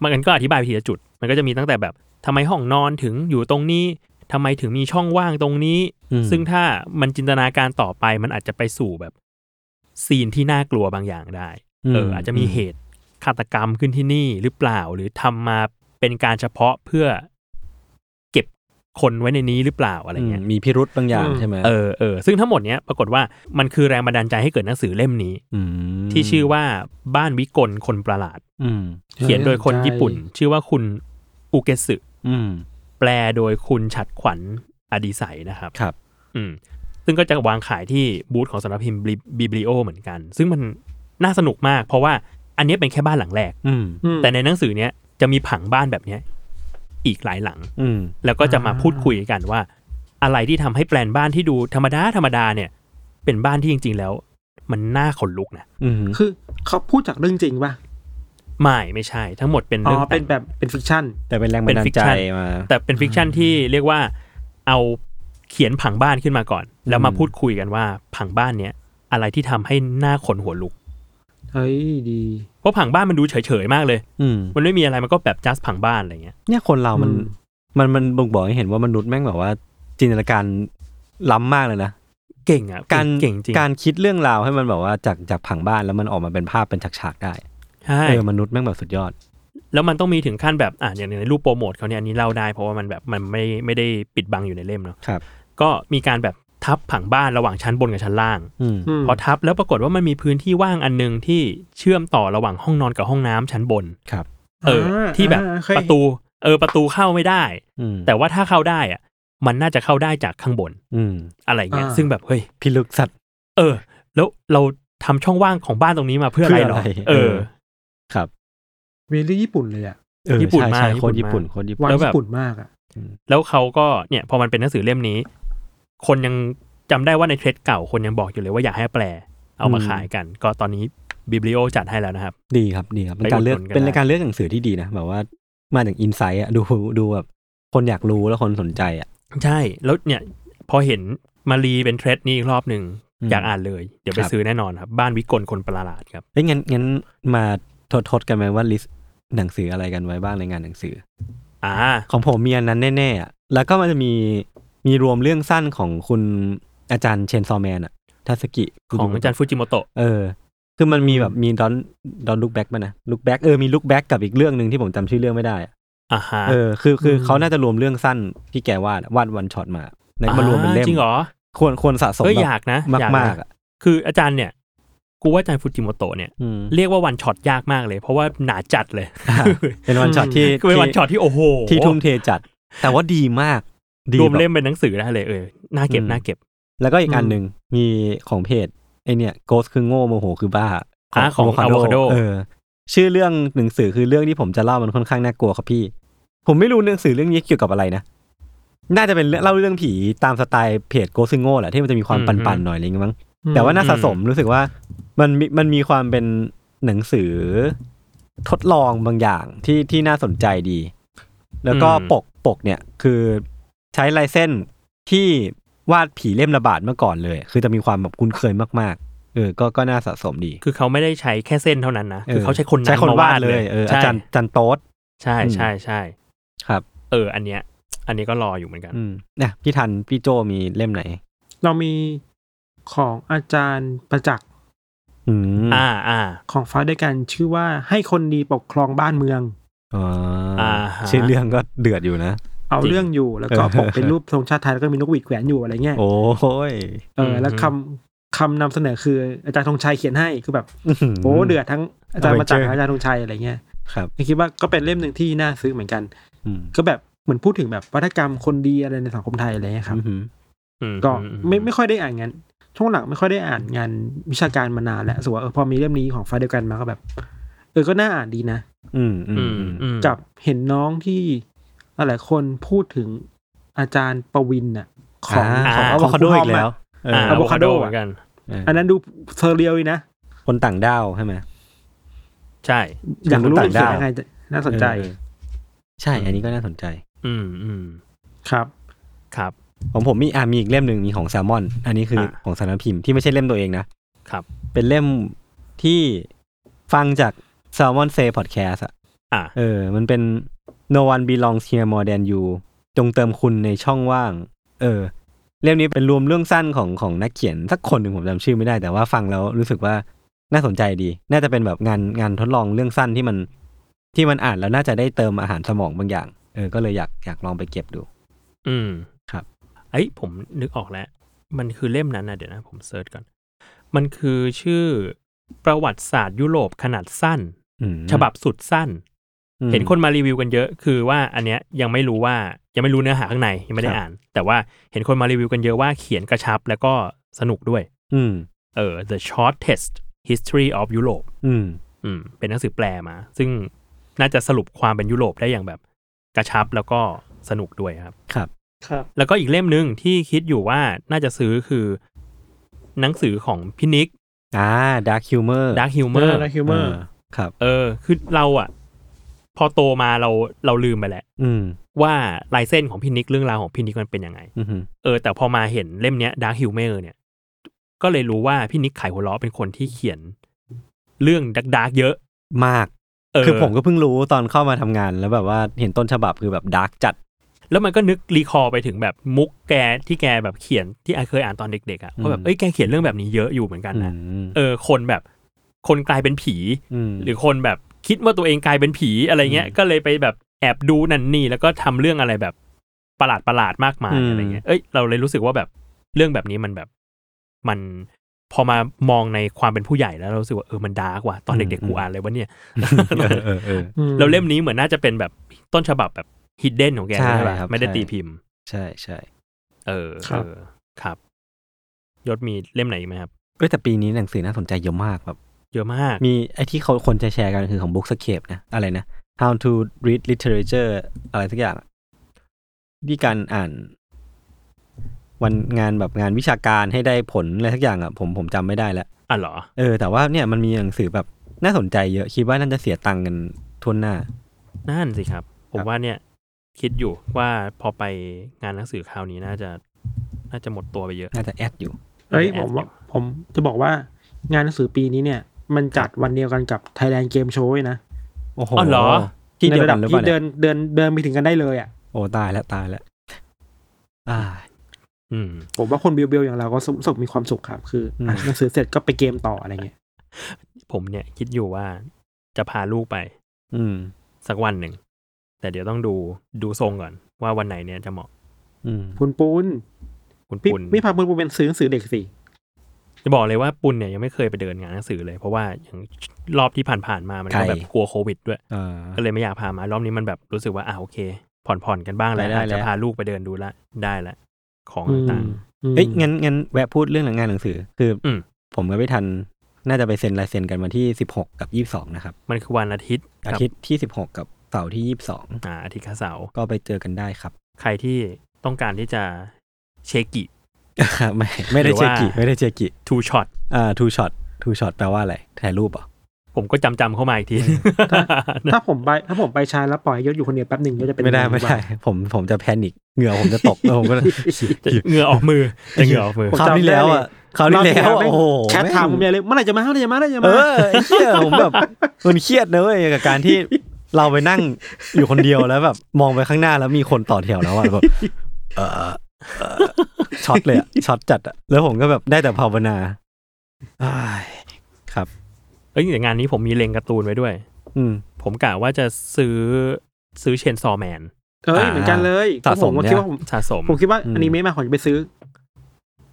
D: มันก็อธิบายไปทีละจุด มันก็จะมีตั้งแต่แบบทำไมห้องนอนถึงอยู่ตรงนี้ทำไมถึงมีช่องว่างตรงนี้
B: อืม
D: ซึ่งถ้ามันจินตนาการต่อไปมันอาจจะไปสู่แบบซีนที่น่ากลัวบางอย่างได้ เอออาจจะมีเหตุฆาตกรรมขึ้นที่นี่หรือเปล่า หรือทำมาเป็นการเฉพาะเพื่อเก็บคนไว้ในนี้หรือเปล่าอะไรเงี้ย
B: มมีพิรุธบางอย่างใช่ไหม
D: เออเออซึ่งทั้งหมดเนี้ยปรากฏว่ามันคือแรงบันดาลใจให้เกิดหนังสือเล่มนี้
B: ม
D: ที่ชื่อว่าบ้านวิกลคนประหลาด
B: อืม
D: เขียนโดยคนญี่ปุ่น ชื่อว่าคุณอุเกสึ
B: อืม
D: แปลโดยคุณฉัดขวัญอดีใสนะครับ
B: ครับ
D: อืมซึ่งก็จะวางขายที่บูธของสำนักพิมพ์บิบลิโอเหมือนกัน ซึ่งมันน่าสนุกมาก เพราะว่าอันเนี้ยเป็นแค่บ้านหลังแรก
B: อืม
C: อืม
D: แต่ในหนังสือเนี้ยจะมีผังบ้านแบบเนี้ยอีกหลายหลัง
B: อืม
D: แล้วก็จะมาพูดคุยกันว่า อะไรที่ทำให้แปลนบ้านที่ดูธรรมดาธรรมดาเนี่ย เป็นบ้านที่จริง ๆ แล้ว มันน่าขนลุกนะ
B: อืม
C: คือเขาพูดจากเรื่องจริงป่ะ
D: ไม่ไม่ใช่ ทั้งหมดเป็น
C: อ๋
D: เรื่อง
C: อเป็นแบบเป็นฟิกชั่น
B: แต่เป็นแรงบันดาลใจมา
D: แต่เป็นฟิกชันที่เรียกว่าเอาเขียนผังบ้านขึ้นมาก่อน แล้วมา
B: อืม
D: พูดคุยกันว่าผังบ้านเนี้ยอะไรที่ทำให้หน้าขนหัวลุก
C: เฮ้ยดี
D: เพราะผังบ้านมันดูเฉยๆมากเลย
B: อืม
D: มันไม่มีอะไรมันก็แบบ just ผังบ้านอะไรเงี้ย
B: เนี่ยคนเรา มัน
C: อืม
B: มัน มันบ่งบอกให้เห็นว่ามนุษย์แม่งแบบว่า จินตนาการล้ำมากเลยนะ
D: เก่งอ่ะ
B: การ
D: เก่งจริง
B: การคิดเรื่องราวให้มันแบบว่าจากจากผังบ้านแล้วมันออกมาเป็นภาพเป็นฉากๆได้
D: ใช่
B: เออ มนุษย์แม่งแบบสุดยอด
D: แล้วมันต้องมีถึงขั้นแบบอ่ะอย่างในรูปโปรโมทเขาเนี่ยอันนี้เล่าได้เพราะว่ามันแบบมันไม่ไม่ได้ปิดบังอยู่ในเล่มเนาะ
B: ครับ
D: ก็มีการแบบทับผังบ้านระหว่างชั้นบนกับชั้นล่าง
B: อืม
C: ม
D: พอทับแล้วปรากฏว่ามันมีพื้นที่ว่างอันหนึ่งที่เชื่อมต่อระหว่างห้องนอนกับห้องน้ำชั้นบน
B: ครับ
D: เออ
C: า
D: ที่แบบ
C: อ่าเคย
D: ประตู เออ ประตูเข้าไม่ได้
B: อืม
D: แต่ว่าถ้าเข้าได้อ่ะ มันน่าจะเข้าได้จากข้างบน
B: อืม
D: อะไรเงี้ย
C: อ่า
D: ซึ่งแบบเฮ้ย
B: พิลึกสัตว์
D: เออ แล้วเราทำช่องว่างของบ้านตรงนี้มาเพื่ออะไรหร
B: เพื่
D: อ
B: ออะไร
D: เอ
B: เอ
D: อ
B: อ ครับ
C: เวลี่ญี่ปุ่นเลยอ่ะ
B: เออ
D: ญี่ปุ่น
B: ใช่
D: มาก
B: ใช่โคน
D: ญี่
B: ญี่
D: ปุ่
B: ปุ่นโคน
D: นมาก
B: ญี่ปุ่น
C: วัน
D: แล้วแบบ
C: ญี่ปุ่นมากอ่ะ
D: แล้วเขาก็เนี่ย พอมันเป็นหนังสือเล่มนี้ คนยังจำได้ว่าในเทรดเก่าคนยังบอกอยู่เลยว่าอยากให้แปล เอามา
B: อืม
D: ขายกัน ก็ตอนนี้บิบลิโอจัดให้แล้วนะครับ
B: ดีครับดีครับ เป็น
D: ไป
B: การเลือก
D: อุดหนุนกัน
B: เป็น
D: ได้
B: การเลือกหนังสือที่ดีนะแบบว่ามาจากอินไซต์อะดู ดูแบบคนอยากรู้แล้วคนสนใจอะ
D: ใช่ แล้วเนี่ยพอเห็นมารีเป็นเทรดนี้อีกรอบหนึ่ง
B: อืม
D: อยากอ่านเลย เดี๋ยวไป
B: ครับ
D: ซื้อแน่นอนครับ บ้านวิกลคนประหลาดครับ
B: เอ้ยงั้นงั้นมาทดทดกันไหมว่าลิสต์หนังสืออะไรกันไว้บ้างในงานหนังสือ
D: อ่า
B: ของผมมีอันนั้นแน่ๆอะแล้วก็มันจะมีมีรวมเรื่องสั้นของคุณอาจารย์เชนซอแมนอะทัสกิ
D: ของอาจารย์ฟูจิโมโตะ
B: เออ คือมันมีแบบมีดอนดอนลุกแบ็กมานะลุกแบ็กเออมีลุกแบ็กกับอีกเรื่องหนึ่งที่ผมจำชื่อเรื่องไม่ได้อะ
D: อ่าฮะ
B: เออคือคือ
C: อืม
B: เขาน่าจะรวมเรื่องสั้นที่แกวาดวาดวันช็อตมาแล้วมารวมเป็นเล่ม
D: อ่าจริงเหรอ
B: ควรควรสะสม
D: เอ้ย
B: แบ
D: อยา
B: บ
D: กนะ
B: มา
D: อก ย
B: มา
D: นะ
B: กๆอ่ะ
D: คืออาจารย์เนี่ย กูว่าอาจารย์ฟูจิโมโตะเนี่ย
B: อืม
D: เรียกว่าวันช็อตยากมากเลย เพราะว่าหนาจัดเลย
B: อ่า เป็นวันช็อตที่
D: คือ เป็นวัน
B: ที่
D: ช็อตที่โอ้โห
B: ที่ทุ่มเทจัด แต่ว่าดีมากดี
D: รวม
B: แบบ
D: เล่มเป็นหนังสือได้เลยเออน่าเก็บ
B: อืม
D: น่าเก็บ
B: แล้วก็อีกอัน
C: อืม
B: หนึ่งมีของเพจไอเนี่ยโกสคือโง่โมโหคือบ้า
D: อ่าของอะ
B: Avocado
D: โวคาโด
B: เออ ชื่อเรื่องหนังสือคือเรื่องที่ผมจะเล่ามันค่อนข้างน่ากลัวครับพี่ ผมไม่รู้หนังสือเรื่องนี้เกี่ยวกับอะไรนะน่าจะเป็นเรื่องเล่าเรื่องผีตามสไตล์เพจโกซึ่งโง่แหละที่มันจะมีความ
D: อืม
B: ปั่นๆหน่อยอะไรอย่างงี้มั้ง แต่ว่าน่าสะสมรู้สึกว่ามันมีมันมีความเป็นหนังสือทดลองบางอย่างที่ที่น่าสนใจดี แล้วก็
D: อืม
B: ปกปกเนี่ยคือใช้ลายเส้นที่วาดผีเล่มระบาดเมื่อก่อนเลย คือจะมีความแบบคุ้นเคยมากๆเออก็ก็น่าสะสมดี
D: คือเขาไม่ได้ใช้แค่เส้นเท่านั้นนะ
B: ออ
D: คือเขาใช้คนนั้น
B: ใช้คน
D: ม
B: วาดเลยเอออา
D: ใช่
B: จารย์อาจันโต๊ด
D: ใช่
B: อืม
D: ใช่ใช่
B: ครับ
D: เออ อันเนี้ย อันนี้ก็รออยู่เหมือนกัน
B: อืมเนี่ยพี่ทันพี่โจมีเล่มไหน
C: เรามีของอาจารย์ประจักษ์
B: อืม
D: อ่าอ่า
C: ของฟ้าด้วยกันชื่อว่าให้คนดีปกครองบ้านเมือง
B: อ๋ออา
D: ฮะ
B: ชื่อเรื่องก็เดือดอยู่นะ
C: เอา
D: จริง
C: เรื่องอยู่แล้วก็
B: เออ
C: ปกเป็นรูปธงชาติไทยแล้วก็มีนกหวีดแขวนอยู่อะไรเงี้ย
B: โอ้ย
C: เออแล้วคำคำนำเสนอคืออาจารย์ธงชัยเขียนให้คือแบบ
B: ม
C: โอ้เดือดทั้งอาจารย์
B: Avenger
C: ประจักษ์และอาจารย์ธงชัยอะไรเงี้ย
B: ครับ
C: คิดว่าก็เป็นเล่มหนึ่งที่น่าซื้อเหมือนกัน
B: อืม
C: ก็แบบเหมือนพูดถึงแบบวัฒกรรมคนดีอะไรในสังคมไทยอะไรเงี้ยครับ
B: อืม
D: อืม
C: ก็
D: อื
C: ไม่ไม่ค่อยได้อ่านงานช่วงหลังไม่ค่อยได้อ่านงานวิชาการมานานแล้วรู้สกว่าเออพอมีเล่มนี้ของฟ้าเดียวกันมาก็แบบเออก็น่าอ่านดีนะ
B: อืมอื
D: อื
B: ม
D: ม
B: อืม
D: อืม
C: กับเห็นน้องที่หลายๆคนพูดถึงอาจารย์ประวินน่ะของ
B: อ่า
C: ของ
B: อะ
C: ข
B: โว
C: ง
B: คาโด
C: คุณ
B: อี
C: ม
B: กแล้ว
C: ะ
B: เอ
D: อ่า
B: อ
C: อะ
D: อะ
C: โว
D: โว
C: คา
D: คา
C: โด
D: โดเหมือนกัน
B: เออ
C: อันนั้นดูเซอร์เรียลดีนะ
B: คนต่างด้าวใช่ไหม
D: ใช่
C: อยากรู้
B: คน
C: ว่า
B: ต่าง
C: เขียน
B: ดาว
C: ยังไงน่าสนใจ
B: เออใช่ อันนี้ก็น่าสนใจ
D: อืมอืม
C: ครับ
D: ครับ
B: ของผมมีอ่ามีอีกเล่มหนึ่งมีของแซลมอน อันนี้คืออะ ของสารพิมพ์ที่ไม่ใช่เล่มตัวเองนะครับ เป็นเล่มที่ฟังจากแซลมอนเซพอดแคสอะ
D: อ่า
B: เออ มันเป็น no one belongs here more than you จงเติมคุณในช่องว่าง เออ เล่มนี้เป็นรวมเรื่องสั้นของของนักเขียนสักคนหนึ่งผมจำชื่อไม่ได้แต่ว่าฟังแล้วรู้สึกว่าน่าสนใจดี น่าจะเป็นแบบงานงานทดลองเรื่องสั้นที่มันที่มันอ่านแล้วน่าจะได้เติมอาหารสมองบางอย่าง เออ ก็เลยอยากอยากลองไปเก็บดู
D: อืม
B: ครับ
D: เอ้ยผมนึกออกแล้ว มันคือเล่มนั้นนะเดี๋ยวนะผมเซิร์ชก่อน มันคือชื่อประวัติศาสตร์ยุโรปขนาดสั้น
B: อืม
D: ฉบับสุดสั้น
B: อืม
D: เห็นคนมารีวิวกันเยอะ คือว่าอันเนี้ยยังไม่รู้ว่ายังไม่รู้เนื้อหาข้างในยังไม่ได้
B: ครับ
D: อ่าน แต่ว่าเห็นคนมารีวิวกันเยอะว่าเขียนกระชับแล้วก็สนุกด้วย
B: อืม
D: เออ the shortest history of Europe
B: อืม
D: อืมเป็นหนังสือแปลมา ซึ่งน่าจะสรุปความเป็นยุโรปได้อย่างแบบกระชับแล้วก็สนุกด้วยครับ
B: ครับ
C: ครับ
D: แล้วก็อีกเล่มหนึ่งที่คิดอยู่ว่าน่าจะซื้อคือ หนังสือของพี่นิก
B: อ่าดาร์คฮิวเมอร์
D: ดาร์คฮิวเม
C: เม
D: อ
C: อ
D: ร์
C: ร์และคิวเมอร์
B: ครับ
D: เออ คือเราอะพอโตมาเราเราลืมไปแล้ว
B: อืม
D: ว่าลายเส้นของพี่นิกเรื่องราวของพี่นิกมันเป็นยังไง
B: อืม
D: เออ แต่พอมาเห็นเล่มเนี้ยดาร์คฮิวเมอร์เนี่ย ก็เลยรู้ว่าพี่นิกไขหัวเราะเป็นคนที่เขียน เรื่องดักดาร์กๆเยอะ
B: มาก
D: เออ
B: คือผมก็เพิ่งรู้ตอนเข้ามาทำงานแล้วแบบว่าเห็นต้นฉบับคือแบบดาร์กจัด
D: แล้วมันก็นึกรีคอร์ไปถึงแบบมุกแกที่แกแบบเขียนที่อาเคยอ่านตอนเด็กๆอะว่าแบบ
B: อืม
D: เอ้ยแกเขียนเรื่องแบบนี้เยอะอยู่เหมือนกัน
B: อื
D: นะ
B: ม
D: เออคนแบบคนกลายเป็นผี
B: อืม
D: หรือคนแบบคิดว่าตัวเองกลายเป็นผีอะไรเงี้ย
B: อืม
D: ก็เลยไปแบบแอบดูนั่นนี่แล้วก็ทำเรื่องอะไรแบบประหลาดประหลาดๆมากมาย
B: อืม
D: อะไรเงี้ยเอ้ยเราเลยรู้สึกว่าแบบเรื่องแบบนี้มันแบบ มัน พอมามองในความเป็นผู้ใหญ่แล้วเรารู้สึกว่าเออมันดาร์กว่ะตอนเด็ก
B: อื
D: ๆ
B: ม
D: กูอ่านเลยว่าเนี่ย
B: เออเออเออ
C: อืม
D: แล้วเล่มนี้เหมือนน่าจะเป็นแบบต้นฉบับแบบฮิดเด้นของแก
B: ใช่
D: ใช่ปะ
B: ครับ
D: ไม่ได้
B: ใช่
D: ตีพิมพ์
B: ใช่ใช่
D: เออ
C: ครับ
D: เออครับ ยศมีเล่มไหนอีกไหมครับ
B: เอ้ยแต่ปีนี้หนังสือน่าสนใจเยอะมากแบบ
D: เยอะมาก
B: มีไอ้ที่เขาคนจะแชร์กันคือของ Bookscape นะ อะไรนะ How to read literature อะไรสักอย่างดีการอ่าน วันงานแบบงานวิชาการให้ได้ผลอะไรสักอย่างอะผมผมจำไม่ได้แล้ว
D: อ่ะเหรอ
B: เออ แต่ว่าเนี่ยมันมีหนังสือแบบน่าสนใจเยอะ คิดว่าน่าจะเสียตังค์กันทวนหน้า
D: นั่นสิครับ ผมว่าเนี่ย คิดอยู่ว่าพอไปงานหนังสือคราวนี้น่าจะ น่าจะหมดตัวไปเยอะ
B: น่าจะแอดอยู่
C: เอ้ย
D: แอ
C: ผ
D: ด
C: มว่าผมจะบอกว่างานหนังสือปีนี้เนี่ย มันจัดวันเดียวกันกับ Thailand Game Show ด้วยนะ
B: โอ้โห
D: อ๋อเหรอ
B: ที่เดี
C: ใน
B: ยว
C: ระ
B: กั
C: ดั
B: นหรือเป
C: ที่
B: ล่า
C: เดิ
B: เนี่ย
C: นเดินเดินไปถึงกันได้เลยอ่ะ
B: โอ้ตายแล้วตายแล้วอ่า
D: อืม
C: ผมว่าคนเบียวๆอย่างเราก็สุขสุขมีความสุขครับ คืออ่ะ
B: อืม
C: หนังสือเสร็จก็ไปเกมต่ออะไรเงี้ย
D: ผมเนี่ยคิดอยู่ว่าจะพาลูกไป
B: อืม
D: สักวันหนึ่ง แต่เดี๋ยวต้องดูดูทรงก่อน ว่าวันไหนเนี่ยจะเหมาะ
B: อืม
C: ปุนปูน
D: คุณ
C: พี่
D: ปุณ
C: พี่พาปุนปูนเป็นซื้อหนังสือเด็กสิ
D: จะบอกเลยว่าปุณเนี่ยยังไม่เคยไปเดินงานหนังสือเลย เพราะว่าอย่างรอบที่ผ่านๆมามันก็
B: ไกล
D: แบบกลัวโควิดด้วย
B: เอ่า
D: ก็เลยไม่อยากพามารอบนี้มันแบบรู้สึกว่าอ่าโอเค ผ่อนผ่อนๆกันบ้างแล้ว
B: ไปได้
D: อาจ
B: แล้ว
D: จะพาลูกไปเดินดูละได้ละของ
C: อืม
D: ต่าง
C: อืม
B: เอ้ยงั้นงั้นแวะพูดเรื่องงานหนังสือ คืออ
D: ม
B: ผมกับพี่ทันน่าจะไปเซ็นลายเซ็นกันวันที่สิบหกกับยี่สิบสองนะครับ
D: ๆมันคือวันอาทิตย์
B: อาทิตย์ที่สิบหกกับเสาร์ที่ยี่สิบสอง
D: อ่าอาทิตย์กับเสาร์
B: ก็ไปเจอกันได้ครับ
D: ใครที่ต้องการที่จะเชกิ
B: ไม่ไม่ได้เจกิ
D: หรือว่า
B: ไม่ได้เจกิ
D: ทูช็อต
B: อ่าทูช็อตทูช็อตแปลว่าอะไรถ่ายรูปเหรอ่ะ
D: ผมก็จำจำๆเข้ามาอีกที
C: ถ้าผมไปถ้าผมไปชายแล้วปล่อยให้ยศอยู่คนเดียวแป๊บหนึ่งก็จะเป็น
B: ไม่ได้
C: ยังง
B: ไม่
C: วะ
B: ได้ ผมผมจะแพนิคเหงื่อผมจะ ตกแล้วผมก็
D: เหงื่อออกมือจะเหงื่อออกมื อ
C: ผม
B: คราว
C: จำได้
B: ที่แล้วอ่ะคราวที่แล้วอะ
C: รอบที่แล้วแม่ง
B: โอ้โห
C: แชทถามผมใหญ่เลยเมื่อไหร่จะมาเมื่อไหร่จะมาเมื่อไหร่จะ
B: เอ
C: มา
B: อไอ้เหี้ยผม แบบมันเครียดนะเว้ยกับการที่ เราไปนั่งอยู่คนเดียวแล้วแบบมองไปข้างหน้าแล้วมีคนต่อแถวแล้วอะแบบเออเออช็อตเลยอะช็อตจัดอะแล้วผมก็แบบได้แต่ภาวนาอ้ายครับ
D: เอ้ยแต่งานนี้ผมมีเลงการ์ตูนไว้ด้วย
B: อืม
D: ผมกะว่าจะซื้อซื้อเชนซอแมน
C: เอ้ยเหมือนกันเลย
B: สะสม
C: ผม
B: เนี่ย
C: คิดว่าผม
D: สะสม
C: ผมคิดว่า
B: อืม
C: อนิเมะมาผมจะไปซื้อ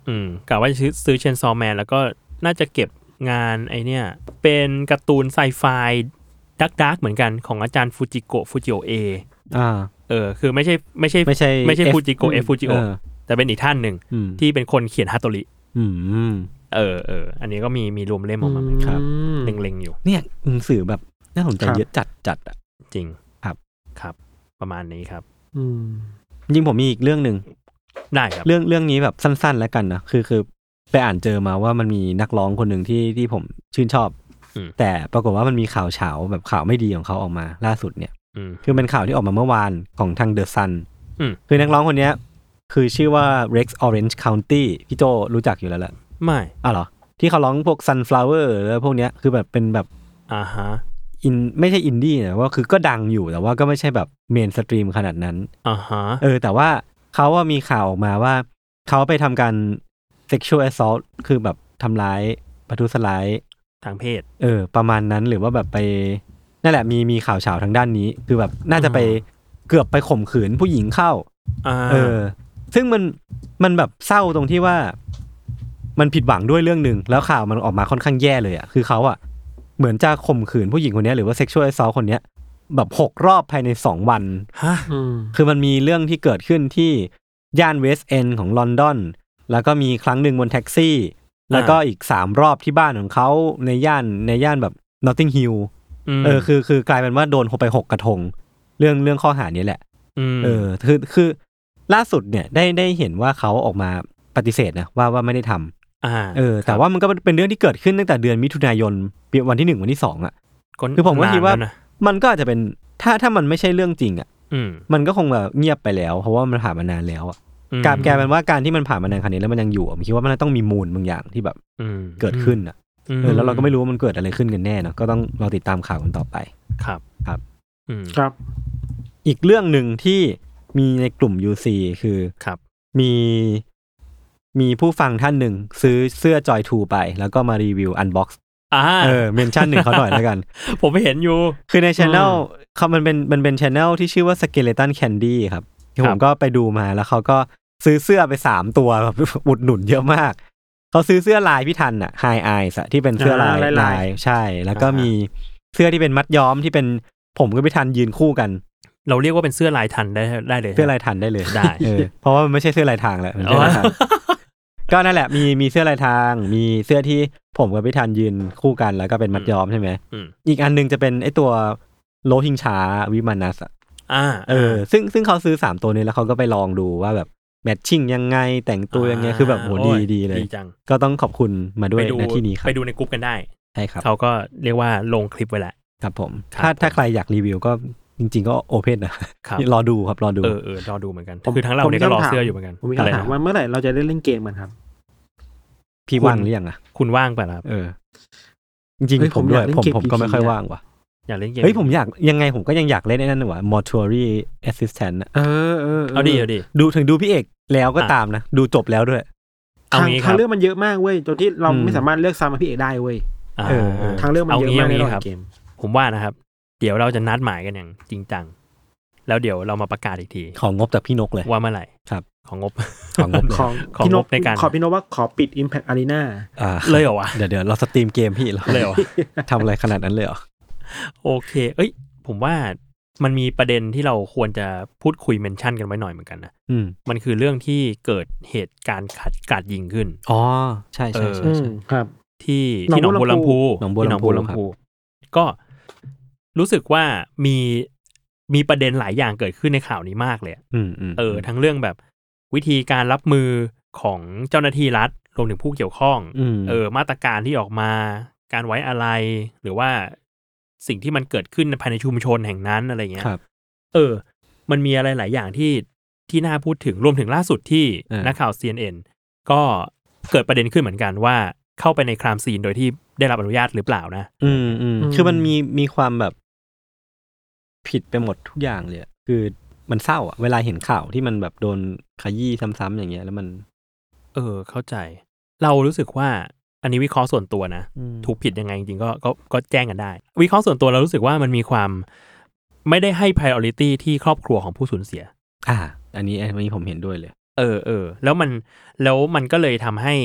D: อืมกะว่าจะซื้อซื้อเชนซอแมนแล้วก็น่าจะเก็บงานไอเนี่ย เป็นการ์ตูนไซไฟดักดักเหมือนกันของอาจารย์ฟูจิโกะฟูจิโอเอ
B: อ่า
D: เออคือไม่ใช่ไม่ใช่
B: ไม่ใช่
D: ไม่ใช่
B: F
D: ฟูจิโกะเอฟูจิโอ
B: เออ
D: แต่เป็นอีกท่านหนึ่ง
B: อืม
D: ที่เป็นคนเขียนฮาโตริ
B: อืม
D: เออเออ อันนี้ก็มีมีรวมเล่มออกมาเหมือน
B: ค
D: กั
B: รั
D: น
B: บ
D: เล็งๆอยู่
B: เนี่ยหนังสือแบบน่าสนใจ
C: ครับ
B: เยอะจัดจัดอะ
D: จริง
B: ครับ
D: ครับ ประมาณนี้ครับ
C: อืม
B: จริงผมมีอีกเรื่องหนึ่ง
D: ได้ครับ
B: เรื่องเรื่องนี้แบบสั้นๆแล้วกันนะคือคือไปอ่านเจอมาว่ามันมีนักร้องคนหนึ่งที่ที่ผมชื่นชอบ แต่ปรากฏว่ามันมีข่าวเฉาแบบข่าวไม่ดีของเขาออกมาล่าสุดเนี่ย
D: อืม
B: คือเป็นข่าวที่ออกมาเมื่อวานของทางเดอะซัน
D: อืม
B: คือนักร้องคนเนี้ย คือชื่อว่า Rex Orange County พี่โจรู้จักอยู่แล้วแหละ
D: ไม่
B: อ้าวเหรอ ที่เขาร้องพวก Sunflower แล้วพวกเนี้ยคือแบบเป็นแบบ
D: อ่าฮะ
B: อินไม่ใช่อินดี้นะว่าคือก็ดังอยู่แต่ว่าก็ไม่ใช่แบบเมนสตรีมขนาดนั้น
D: อ่าฮะ
B: เออแต่ว่าเขาว่ามีข่าวออกมาว่า เขาไปทำการ sexual assault คือแบบทำร้ายประทุษร้าย
D: ทางเพศ
B: เออ ประมาณนั้นหรือว่าแบบไปนั่นแหละมีมีข่าวเฉาทางด้านนี้ คือแบบน่าจะไป
D: อ่
B: เกือบไปข่มขืนผู้หญิงเข้า
D: อ่า
B: เออ ซึ่งมันมันแบบเศร้าตรงที่ว่า มันผิดหวังด้วยเรื่องหนึ่งแล้วข่าวมันออกมาค่อนข้างแย่เลยอะ่ะคือเขาอะ่ะ เหมือนจะข่มขืนผู้หญิงคนเนี้ยหรือว่า sexual assault คนเนี้ยแบบหกรอบภายในสองวัน
D: ฮะ
C: อืม
B: คือมันมีเรื่องที่เกิดขึ้นที่ย่านเวสต์เอนของลอนดอน แล้วก็มีครั้งหนึ่งบนแท็กซี่ แล้วก็อีกสามรอบที่บ้านของเขาในย่านในย่านแบบนอตติงฮิล
D: ม
B: เออคือคือกลายเป็นว่าโดนไปหกกระทง เรื่องเรื่องข้อหานี้แหละ
D: ม
B: เออคือคือล่าสุดเนี่ยได้ได้เห็นว่าเขาออกมาปฏิเสธนะว่าว่าไม่ได้ทำ
D: อ่า
B: เออ แต่ว่ามันก็เป็นเป็นเรื่องที่เกิดขึ้นตั้งแต่เดือนมิถุนายนปีวันที่หนึ่งวันที่สองอ่ะ
D: น
B: คือผมก็
D: นน
B: คิดว่า
D: แล้นะ
B: มันก็อาจจะเป็นถ้าถ้ามันไม่ใช่เรื่องจริงอ่ะ
D: อืม
B: มันก็คงแบบเงียบไปแล้ว เพราะว่ามันผ่านมานานแล้วอะ
D: อืม
B: กลารกลายเป็นว่าการที่มันผ่านมานานขนาดนี้แล้วมันยังอยู่อะผมคิดว่ามันต้องมีมูลบางอย่างที่แบบ
D: อืม
B: เกิดขึ้นอ่ะ
D: อืม
B: เออแล้วเราก็ไม่รู้ว่ามันเกิดอะไรขึ้นกันแน่เนอะก็ต้องเราติดตามข่าวกันต่อไป
D: ครับ
B: ครับ
D: อืม
C: ครับ
B: อีกเรื่องหนึ่งที่มีในกลุ่ม UC คือ
D: ครับ
B: มีมีผู้ฟังท่านหนึ่งซื้อเสื้อจอยทูไป แล้วก็มารีวิวอันบ็อกซ์
D: อ่า
B: เออเมนชั่นหนึ่งเขาหน่อยแล้วกัน
D: ผมไม่เห็นอยู่
B: คือในช anel เขามันเป็นมันเป็นช anel ที่ชื่อว่า skeleton candy ครับที่
D: ค
B: ผ
D: รับ
B: มก็ไปดูมาแล้วเขาก็ซื้อเสื้อไปสามตัวแบบ อุดหนุนเยอะมาก เราซื้อเสื้อลายพี่ทันอะไฮไอส์ที่เป็นเสื้อลาย
C: อ่าลายลาย
B: ลายใช่ แล้วก็
D: อ่ามี
B: มีเสื้อที่เป็นมัดย้อมที่เป็นผมกับพี่ทันยืนคู่กัน
D: เราเรียกว่าเป็นเสื้อลายทันได้ได้เลย
B: เสื้อลายทันได้เลย
D: ได้
B: เออเพราะว่ามันไม่ใช่เสื้อลายทางแล้วมัน
D: อ๋
B: เสื้
D: อ
B: อลายทาง ก็นั่นแหละมีมีเสื้อลายทาง มีเสื้อที่ผมกับพี่ทันยืนคู่กัน แล้วก็เป็นมัดย้อมใช่ไหม
D: อืม
B: อีกอันหนึงจะเป็นไอตัวโลหิงช้าวิมานัสอะ
D: อ่า
B: เออซึ่งซึ่งเขาซื้อสามตัวนี้แล้วเขาก็ไปลองดูว่าแบบแมทชิ่งยังไงแต่งตัวยังไงคือแบบโหดีดีเลย
D: ดีจัง
B: ก็ต้องขอบคุณมาด้วย
D: ไปดู
B: ในที่นี้ครับ
D: ไปดูในกลุ่มกันได้
B: ใช่ครับ
D: เขาก็เรียกว่าลงคลิปไว้แล้ว
B: ครับผม
D: ครับ
B: ถ้า
D: ผม
B: ถ้าใครอยากรีวิวก็จริง ๆ ก็โอเพนนะครับ รอดูครับรอดู
D: เออเออรอดูเหมือนกันคือทั้งเราเนี่ยก็รอเสื้ออยู่เหมือนกัน
C: ผมมี
D: อะไร
C: คำถาม
D: นะ
C: ว่าเมื่อไหร่เราจะได้เล่นเกมกันครับ
B: พี่ว่างหรือยังอะ
D: คุณว่างไปครับ
B: เออ จริง
C: เฮ้ย
B: ๆ ผมด้วย
C: ผมอยากเล่น
B: ผมผ
C: เกม
B: มก็
C: PvP
B: ไม่ค่อย
C: นะ
B: ว่างว่ะ
D: อยากเล่นเกม
B: เฮ้ย ผมอยากยังไงผมก็ยังอยากเล่นไอ้นั่นน่ะว่ะ mortuary assistant น่ะ
C: เออเออ
D: เอาดิเอาดิ
B: ดูถึงดูพี่เอกแล้วก็
D: อ่ะ
B: ตามนะ ดูจบแล้วด้วย
D: เอา
C: ทาง
D: งี้ค
C: ทา
D: รั
C: ง
D: บ
C: เลือกมันเยอะมากเว้ยจนที่เรา
B: อืม
C: ไม่สามารถเลือกซ้ำมาพี่เอกได้เว้ย
D: อ่า
B: เออเออ
C: ทางเลือกมันเยอะมากใน
D: งี้
C: ระห
D: ค
C: ว่าง
D: รับ
C: เกม
D: ผมว่านะครับ เดี๋ยวเราจะนัดหมายกันอย่างจริงจัง แล้วเดี๋ยวเรามาประกาศอีกที
B: ของงบจากพี่นกเลย
D: ว่าเมื่อไหร่
B: ครับ
D: ของงบ
B: ของงบเลย
C: ของ
D: ของ
C: พี่นก
D: งบในการ
C: ขอพี่นกว่าขอปิด Impact Arena
B: อ่า
D: เลยเหรอวะ
B: เดี๋ยวเดี๋ยวเราสตรีมเกมพี่เรา
D: เลยเหรอ
B: ทำอะไรขนาดนั้นเลยเหรอ
D: โอเค เอ้ย ผมว่ามันมีประเด็นที่เราควรจะพูดคุยเมนชั่นกันไว้หน่อยเหมือนกันนะ
B: อืม
D: มันคือเรื่องที่เกิดเหตุการณ์ขัดกราดยิงขึ้น
B: อ๋อ ใช่ใช่ใช่
C: อื
B: ใช่
C: มครับ
D: ที่
C: หนอง
D: ที่หนอง
C: บั
D: บั
C: ว
D: ว
C: ลำ
D: ลำ
C: พู
D: พู
B: หนองบัว
D: ที่
B: ลำพู
D: ก็รู้สึกว่ามีมีประเด็นหลายอย่างเกิดขึ้นในข่าวนี้มากเลยอะ
B: อืมอืม
D: เออ ทั้งเรื่องแบบวิธีการรับมือของเจ้าหน้าที่รัฐ รวมถึงผู้เกี่ยวข้อง
B: อืม
D: เออ มาตรการที่ออกมา การไว้อะไร หรือว่าสิ่งที่มันเกิดขึ้นภายในชุมชนแห่งนั้นอะไรเงี้ย
B: ครับ
D: เออ มันมีอะไรหลายอย่างที่ที่น่าพูดถึง รวมถึงล่าสุดที่
B: เออ
D: นักข่าว CNN ก็เกิดประเด็นขึ้นเหมือนกันว่าเข้าไปในครามซีนโดยที่ได้รับอนุญาตหรือเปล่านะ
B: อืมอืม
C: อืม
B: คือมันมีมีความแบบ ผิดไปหมดทุกอย่างเลยอะคือมันเศร้าอะเวลาเห็นข่าวที่มันแบบโดนขยี้ซ้ำๆอย่างเงี้ย แล้วมัน
D: เออ เข้าใจ เรารู้สึกว่าอันนี้วิเคราะห์ส่วนตัวนะ
B: อืม
D: ถูกผิดยังไงจริงๆก็ก็ก็แจ้งกันได้ วิเคราะห์ส่วนตัวเรารู้สึกว่ามันมีความไม่ได้ให้ priority ที่ครอบครัวของผู้สูญเสีย
B: อ่า อันนี้อันนี้ผมเห็นด้วยเลย
D: เออเออแล้วมันแล้วมันก็เลยทำให้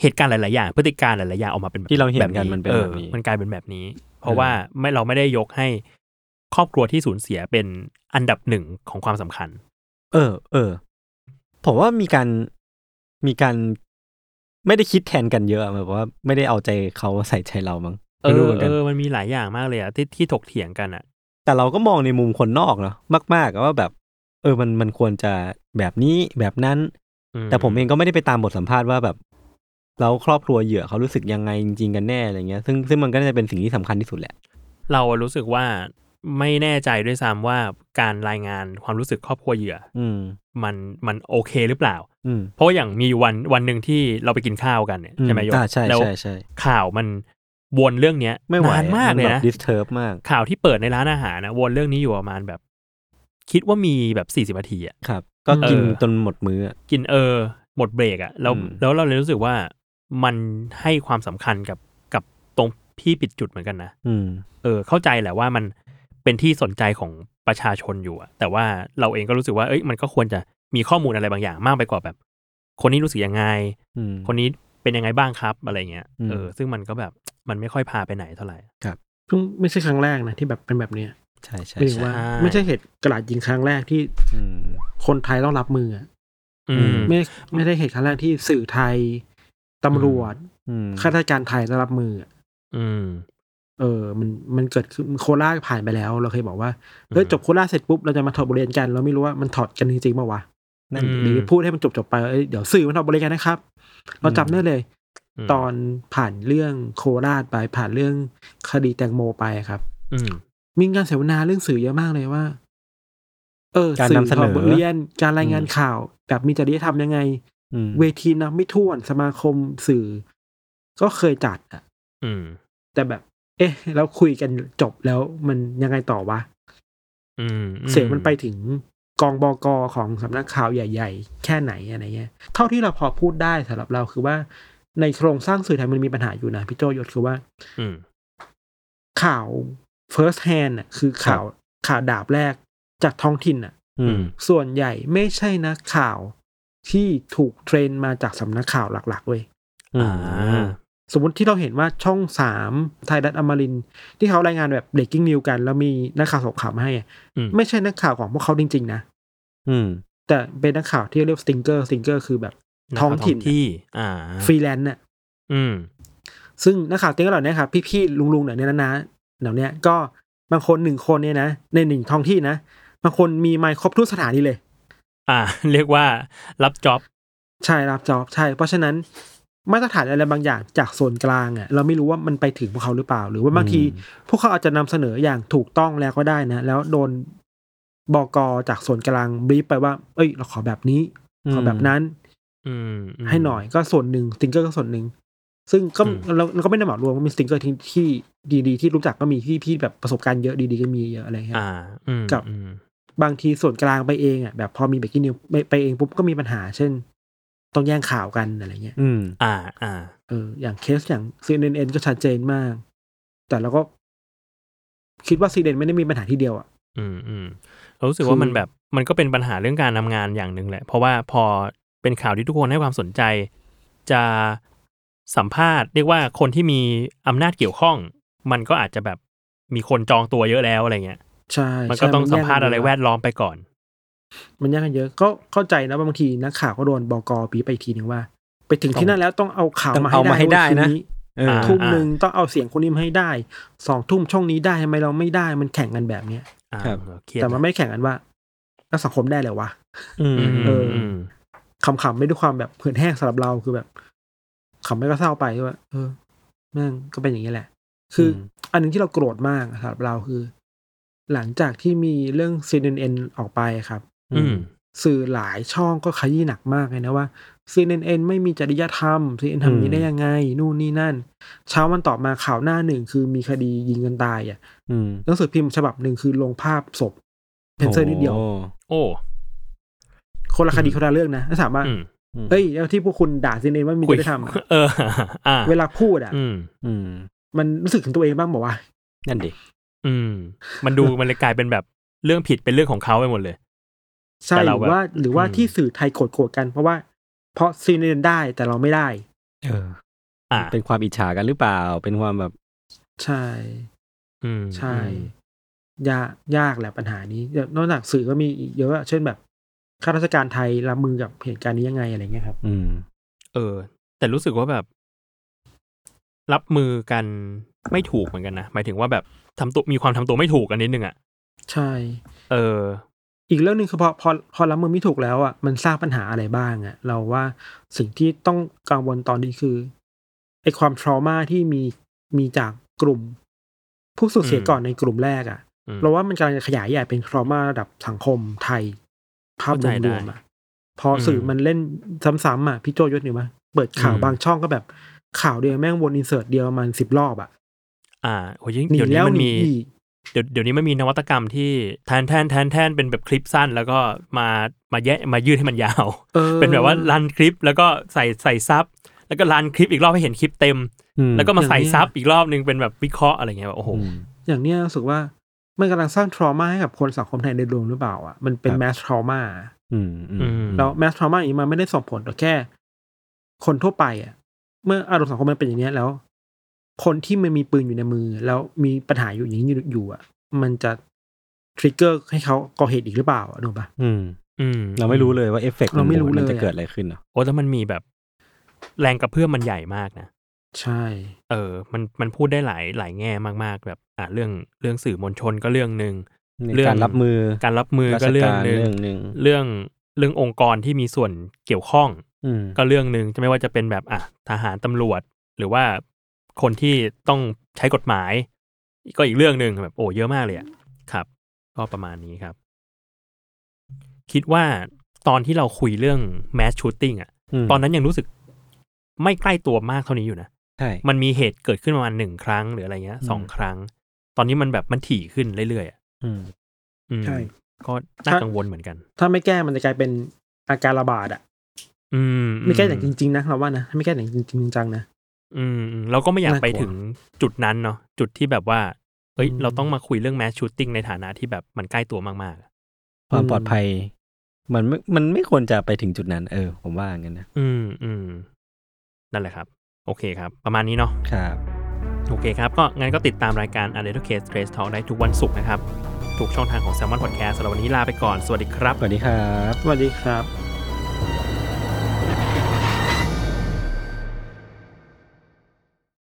D: เหตุการณ์หลาย ๆ อย่าง พฤติการหลาย ๆ อย่างออกมาเป็นแบบ
B: ที่เราเห็น
D: แบบ
B: กันมันเป็น
D: ออ
B: แบบนี้
D: มันกลายเป็นแบบนี้ เพ
B: เอ
D: ราะ
B: อ
D: ว่าไม่เราไม่ได้ยกให้ครอบครัวที่สูญเสียเป็นอันดับหนึ่งของความสำคัญ
B: เออ เออ ผมว่ามีการมีการไม่ได้คิดแทนกันเยอะอะแบบว่าไม่ได้เอาใจเขาใส่ใจเรามั้ง
D: เอ
B: ไม่รู้
D: อ
B: เหมือน
D: เอ
B: กัน
D: อมันมีหลายอย่างมากเลยอะที่ที่ถกเถียงกันอะ
B: แต่เราก็มองในมุมคนนอกเนาะมากๆอะว่าแบบ เออ มันมันควรจะแบบนี้แบบนั้น
D: อื
B: แต่ผมเองก็ไม่ได้ไปตามบทสัมภาษณ์ว่าแบบแล้วครอบครัวเหยื่อเขารู้สึกยังไงจริงๆกันแน่อะไรเงี้ย ซึ่งซึ่งมันก็น่าจะเป็นสิ่งที่สำคัญที่สุดแหละ
D: เราอะรู้สึกว่าไม่แน่ใจด้วยซ้ำว่าการรายงานความรู้สึกครอบครัวเหยื่อ
B: อืม
D: มันมันโอเคหรือเปล่า
B: อืม
D: เพราะว่าอย่างมีวันวันหนึ่งที่เราไปกินข้าวกันเนี่ยใช่ไหมโยม
B: อ่าใช่
D: แล้ว
B: ใช่ใช่
D: ข่าวมันวนเรื่องเนี้ย
B: ไม่ไหวน
D: านมากเลยนะ
B: ดิสเทิร์บ disturb มาก
D: ข่าวที่เปิดในร้านอาหารนะวนเรื่องนี้อยู่ประมาณแบบ คิดว่ามีแบบสี่สิบนาทีอ่ะ
B: ครับ ก็กิน
D: เออ
B: จนหมดมื้ออะ
D: กินเออ หมดเบรกอ่ะแล้ว
B: อืม
D: แล้วเราเลยรู้สึกว่ามันให้ความสำคัญกับกับตรงพี่ปิดจุดเหมือนกันนะ
B: อืม
D: เออ เข้าใจแหละว่ามันเป็นที่สนใจของประชาชนอยู่อะแต่ว่าเราเองก็รู้สึกว่าเอ้ยมันก็ควรจะมีข้อมูลอะไรบางอย่างมากไปกว่าแบบ คนนี้รู้สึกยังไง
B: อืม
D: คนนี้เป็นยังไงบ้างครับอะไรเงี้ย
B: อืม
D: เออ ซึ่งมันก็แบบมันไม่ค่อยพาไปไหนเท่าไหร่
C: เพิ่งไม่ใช่ครั้งแรกนะที่แบบเป็นแบบเนี้ย
B: ใช่ใช่
C: ไม่ถึง
B: ใช่
C: ว่า
D: ใช่
C: ไม่ใช่เหตุกระดาษยิงครั้งแรกที่
B: อืม
C: คนไทยต้องรับมืออะ
D: อืม
C: ไม่ไม่ได้เหตุครั้งแรกที่สื่อไทยตำรวจ
B: อืม
C: ข้าราชการไทยต้องรับมืออะ
D: อืม
C: เออ มันมันเกิดขึ้นโคราชผ่านไปแล้ว เราเคยบอกว่าเฮ้ย
D: อืม
C: จบโคราชเสร็จปุ๊บเราจะมาถอดบทเรียนกันเราไม่รู้ว่ามันถอดกันจริงๆป่าวะ
B: นั่น
D: อืม
C: หรือพูดให้มันจบจบๆไปเอ้ยเดี๋ยวสื่อมันถอดบทเรียนกันนะครับ เราจำได้เลย
D: ม
C: ตอนผ่านเรื่องโคราชไปผ่านเรื่องคดีแตงโมไปครับ
D: อืม
C: มีงานเสวนาเรื่องสื่อเยอะมากเลยว่า เออ
B: กา
C: สื่อน
B: รำเสนอ
C: บทเรียนการรายงานข่าว แบบมีจริยธรรมยังไง
B: อืม
C: เวทีนับไม่ถ้วนสมาคมสื่อ ก็เคยจัดอะ
D: อืม
C: แต่แบบ เอ๊ะแล้วคุยกันจบแล้วมันยังไงต่อวะ
D: อืม
C: เสียงมันไปถึงกองบกของสำนักข่าวใหญ่ ๆ แค่ไหนอะไรเงี้ย เท่าที่เราพอพูดได้สำหรับเราคือว่า ในโครงสร้างสื่อไทยมันมีปัญหาอยู่นะพี่โจยศคือว่า
D: อืม
C: ข่าว first hand น่ะคือข่าวข่าวดาบแรกจากท้องถิ่นน่ะ
B: อืม
C: ส่วนใหญ่ไม่ใช่นักข่าว ที่ถูกเทรนมาจากสำนักข่าวหลักๆเว้ย
B: อ่า
C: สมมติที่เราเห็นว่าช่องสามไทยรัฐอมรินทร์ที่เขารายงานแบบ breaking news กัน แล้วมีนักข่าวส่งข่าวมาให้อะ
D: อืม
C: ไม่ใช่นักข่าวของพวกเขาจริงๆนะ
B: อืม
C: แต่เป็นนักข่าวที่เรียกสติงเกอร์สติงเกอร์คือแบบ ท้องถิ่น
D: ที่ อ่า
C: ฟรีแลนซ์น่ะ
D: อืม
C: ซึ่งนักข่าวสติงเกอร์เหล่านี้ครับพี่ๆลุงๆเหล่านี้นะนะเหล่านี้ก็บางคนหนึ่งคนเนี่ยนะ ในหนึ่งท้องที่นะ บางคนมีไมค์ครบทุกสถานีเลย
D: อ่า เรียกว่ารับจ็อบ
C: ใช่รับจอบใช่ เพราะฉะนั้นมาตรฐานอะไรบางอย่างจากส่วนกลางอ่ะเราไม่รู้ว่ามันไปถึงพวกเขาหรือเปล่า หรือว่าบางที
B: อืม
C: พวกเขาอาจจะนำเสนออย่างถูกต้องแล้วก็ได้นะ แล้วโดนบกจากส่วนกลางบรีฟไปว่า เอ้ย เราขอแบบนี้ขอแบบนั้น
D: อืมม
C: ให้หน่อยก็ส่วนหนึ่งสติงเกอร์ก็ส่วนหนึ่งซึ่งก็
D: อืม
C: เราเราก็ไม่ได้เหมารวมว่ามีสติงเกอร์ที่ที่ดีๆ ที่รู้จักก็มีที่ที่แบบประสบการณ์เยอะดีๆก็มีเยอะอะไรเงี้ย
D: อ่า อืม
C: กับ
D: อืม
C: บางทีส่วนกลางไปเองอ่ะแบบพอมีเบรกกิ้งนิวไปไปเองปุ๊บก็มีปัญหา เช่น ต้องแย่งข่าวกันอะไรเงี้ย
B: อืม
D: อ่า อ่า
C: เอออย่างเคสอย่าง CNN ก็ชัดเจนมาก แต่เราก็คิดว่า CNN ไม่ได้มีปัญหาที่เดียวอ่ะ
D: อืมอืมเรารู้สึกว่า
C: คือ
D: มันแบบมันก็เป็นปัญหาเรื่องการทำงานอย่างหนึ่งแหละ เพราะว่าพอเป็นข่าวที่ทุกคนให้ความสนใจ จะสัมภาษณ์ เรียกว่าคนที่มีอำนาจเกี่ยวข้อง มันก็อาจจะแบบมีคนจองตัวเยอะแล้วอะไรเงี้ย
C: ใช่
D: มันก็
C: ใช่
D: ต้องสัมภาษณ์
C: ย่
D: อะไรแว
C: กันเย
D: ดล้อมไปก่อน
C: มันแย่งกันเยอะ ก็เข้าใจนะว่าบางทีนักข่าวก็โดนบกปีไปอีกทีหนึ่งว่า ไปถึงที่นั่นแล้วต้องเอาข่าว
B: ต้อง
C: มา
B: เอามาให้
C: ให้ได้
B: ได้นะ
C: เว้ยคืนนี้
B: เออ
D: อ่า
C: ทุ่มหนึ่งต้องเอาเสียงคนนี้มาให้ได้สองทุ่มช่องนี้ได้ทำไมเราไม่ได้มันแข่งกันแบบเนี้ย
D: อ่า
B: ครับ
D: เครียด
C: แต่มันไม่แข่งกันว่า แล้วสังคมได้เลยวะ
B: อืม
D: อืม
C: เออ
D: อืม
C: ขำๆไม่ด้วยความแบบเผื่อนแห้งสำหรับเราคือแบบขำไม่ก็เศร้าไปว่าเออแม่งก็เป็นอย่างนี้แหละ คือออันหนึ่งที่เราโกรธมากสำหรับเราคือ หลังจากที่มีเรื่อง CNN ออกไปครับ
D: อืม
C: สื่อหลายช่องก็ขยี้หนักมากเลยนะว่า CNN ไม่มีจริยธรรม CNN ทำอย่างนี้ได้ยังไง นู่นนี่นั่น เช้าวันต่อมาข่าวหน้าหนึ่งคือมีคดียิงกันตายอ่ะ
B: อืม
C: หนังสือพิมพ์ฉบับหนึ่งคือลงภาพศพเพนเซอร์นิดเดียว
B: โ
D: โอ้
C: คนละคดีคนละเรื่องนะถ้าถามว่า
D: อืม
C: เอ้ยแล้วที่พวกคุณด่า CNN ว่ามีจริยธรรมอะ
D: เออ อ่า
C: เวลาพูดอ่ะ
D: อืม
B: อืม
C: มันรู้สึกถึงตัวเองบ้างบอกว่า
B: นั่นดิ
D: อืม มันดูมันเลยกลายเป็นแบบเรื่องผิดเป็นเรื่องของเขาไปหมดเลย
C: ใช่
D: แต่
C: ห
D: เรา
C: รือว่า
D: แบบ
C: หรือว่า
D: อืม
C: ที่สื่อไทยโกรธโกรธกันเพราะว่า เพราะซีเนนได้แต่เราไม่ได้
B: เออ
D: อ่า
B: เป็นความอิจฉากันหรือเปล่า เป็นความแบบ
C: ใช่
D: อืม
C: ใช่
D: อืม
C: ยากยากแหละปัญหานี้เดี๋ยวนอกจากสื่อก็มีอีกเยอะอะเช่นแบบข้าราชการไทยรับมือกับเหตุการณ์นี้ยังไงอะไรเงี้ยครับ
B: อืม
D: เออ แต่รู้สึกว่าแบบ รับมือกันไม่ถูกเหมือนกันนะหมายถึงว่าแบบทำตัวมีความทำตัวไม่ถูกกันนิดนึงอ่ะ
C: ใช่
D: เออ
C: อีกเรื่องหนึ่งคือพอพอพอรับมือไม่ถูกแล้วอ่ะมันสร้างปัญหาอะไรบ้างอ่ะ เราว่าสิ่งที่ต้องกังวลตอนนี้คือไอ้ความทรมาที่มีมีจากกลุ่ม ผู้สูญเสีย
D: อืม
C: ก่อนในกลุ่มแรกอ่ะ
D: อืม
C: เราว่ามันกำลังจะขยายใหญ่เป็นทรมาระดับสังคมไทย ภาพ
D: เข้าใจได้
C: รวมๆอะพอสื่ออ
D: ม
C: มันเล่นซ้ำๆอ่ะพี่โจยศหนึ่งมาเปิดข่าว
D: อืม
C: บางช่องก็แบบข่าวเดียวแม่งวนอินเสิร์ตเดียวประมาณสิบรอบอ่ะ
D: อ่าโหยิ่ง
C: หนี
D: เดี๋ยวนี้
C: แล้ว
D: มัน
C: หนี
D: มี
C: อีก
D: เดี๋ยวเดี๋ยวนี้มันมีนวัตกรรมที่แทนแทนแทนแทนเป็นแบบคลิปสั้น แล้วก็มามาแยะมายืดให้มันยาว
C: ออ
D: เป็นแบบว่ารันคลิป แล้วก็ใส่ใส่ซับแล้วก็รันคลิปอีกรอบให้เห็นคลิปเต็ม
B: อืม
D: แล้วก็มาใส่ซับอีกรอบนึงเป็นแบบวิเคราะห์อะไรเงี้ยแบบโอ้โห
B: อืม
C: อย่างเนี้ยรู้สึกว่ามันกำลังสร้างทรมาให้กับคนสังคมไทยในรวมหรือเปล่าอ่ะมันเป็น
B: ครับ
C: แมสทรมา
B: อืมอืม
C: แล้วแมสทรมาอย่างนี้มันไม่ได้ส่งผลต่อแค่ คนทั่วไปอ่ะ เมื่ออารมณ์สังคมมันเป็นอย่างเนี้ยแล้ว คนที่มันมีปืนอยู่ในมือ แล้วมีปัญหาอยู่อย่างนี้อยู่อยู่อ่ะ มันจะทริกเกอร์ให้เขาก่อเหตุอีกหรือเปล่าอะนูกปะ
B: อืม
D: อืม
B: เราไม่รู้เลยว่าเอฟเฟกต์
C: เราไม่รู้เลย
B: มันจะเกิดอะไรขึ้นเนาะ
D: โอ้แต่มันมีแบบแรงกระเพื่อมมันใหญ่มากนะ
C: ใช่
D: เออ มันมันพูดได้หลายหลายแง่มากๆ แบบ อ่าเรื่องเรื่องสื่อมวลชนก็เรื่องหนึ่ง
B: ใน
D: เรื่อง
B: การรับมือ
D: การรับมือก็เรื่องหนึ่ง
B: ราชการเรื่องหนึ่ง
D: เรื่องเรื่ององค์กรที่มีส่วนเกี่ยวข้อง
B: อืม
D: ก็เรื่องหนึ่งจะไม่ว่าจะเป็นแบบอ่ะทหารตำรวจ หรือว่าคนที่ต้องใช้กฎหมาย ก็อีกเรื่องหนึ่งแบบโอ้เยอะมากเลยอะครับ ก็ประมาณนี้ครับ คิดว่าตอนที่เราคุยเรื่องแมสชูตติ้งอะ
B: ม
D: ตอนนั้นยังรู้สึกไม่ใกล้ตัวมากเท่านี้อยู่นะ
B: ใช่
D: มันมีเหตุเกิดขึ้นประมาณหนึ่งครั้งหรืออะไรเงี้ย
B: อืม
D: สองครั้ง ตอนนี้มันแบบมันถี่ขึ้นเรื่อยๆอะ
B: อืม
D: อืม
C: ใช่
D: ก็น่า
C: ถ้า
D: กังวลเหมือนกัน
C: ถ้าไม่แก้มันจะกลายเป็นอาการระบาดอ่ะ
D: อืม
C: ไม่แก้อย่างจริงๆนะเราว่านะถ้าไม่แก้อย่างจริงๆจังๆนะ
D: อืมอืมเราก็ไม่อยาก
C: น่ากลัว
D: ไปถึงจุดนั้นเนาะจุดที่แบบว่าเอ้ย
C: อืม
D: เราต้องมาคุยเรื่องแมสชูตติ้งในฐานะที่แบบมันใกล้ตัวมากๆอะ
B: ความปลอดภัย มันไม่มันไม่ควรจะไปถึงจุดนั้น เออ ผมว่างั้นนะ
D: อืมอืมนั่นแหละครับ โอเคครับ ประมาณนี้เนาะ
B: ครับ
D: โอเคครับ ก็งั้นก็ติดตามรายการ u n d e r t a l Case Trace Talk ได้ทุกวันศุกร์นะครับ ทุกช่องทางของ s ซ l m o n Podcast สำหรับวันนี้ลาไปก่อน สวัสดีครับ
B: สวัสดีครับ
C: สวัสดีครับ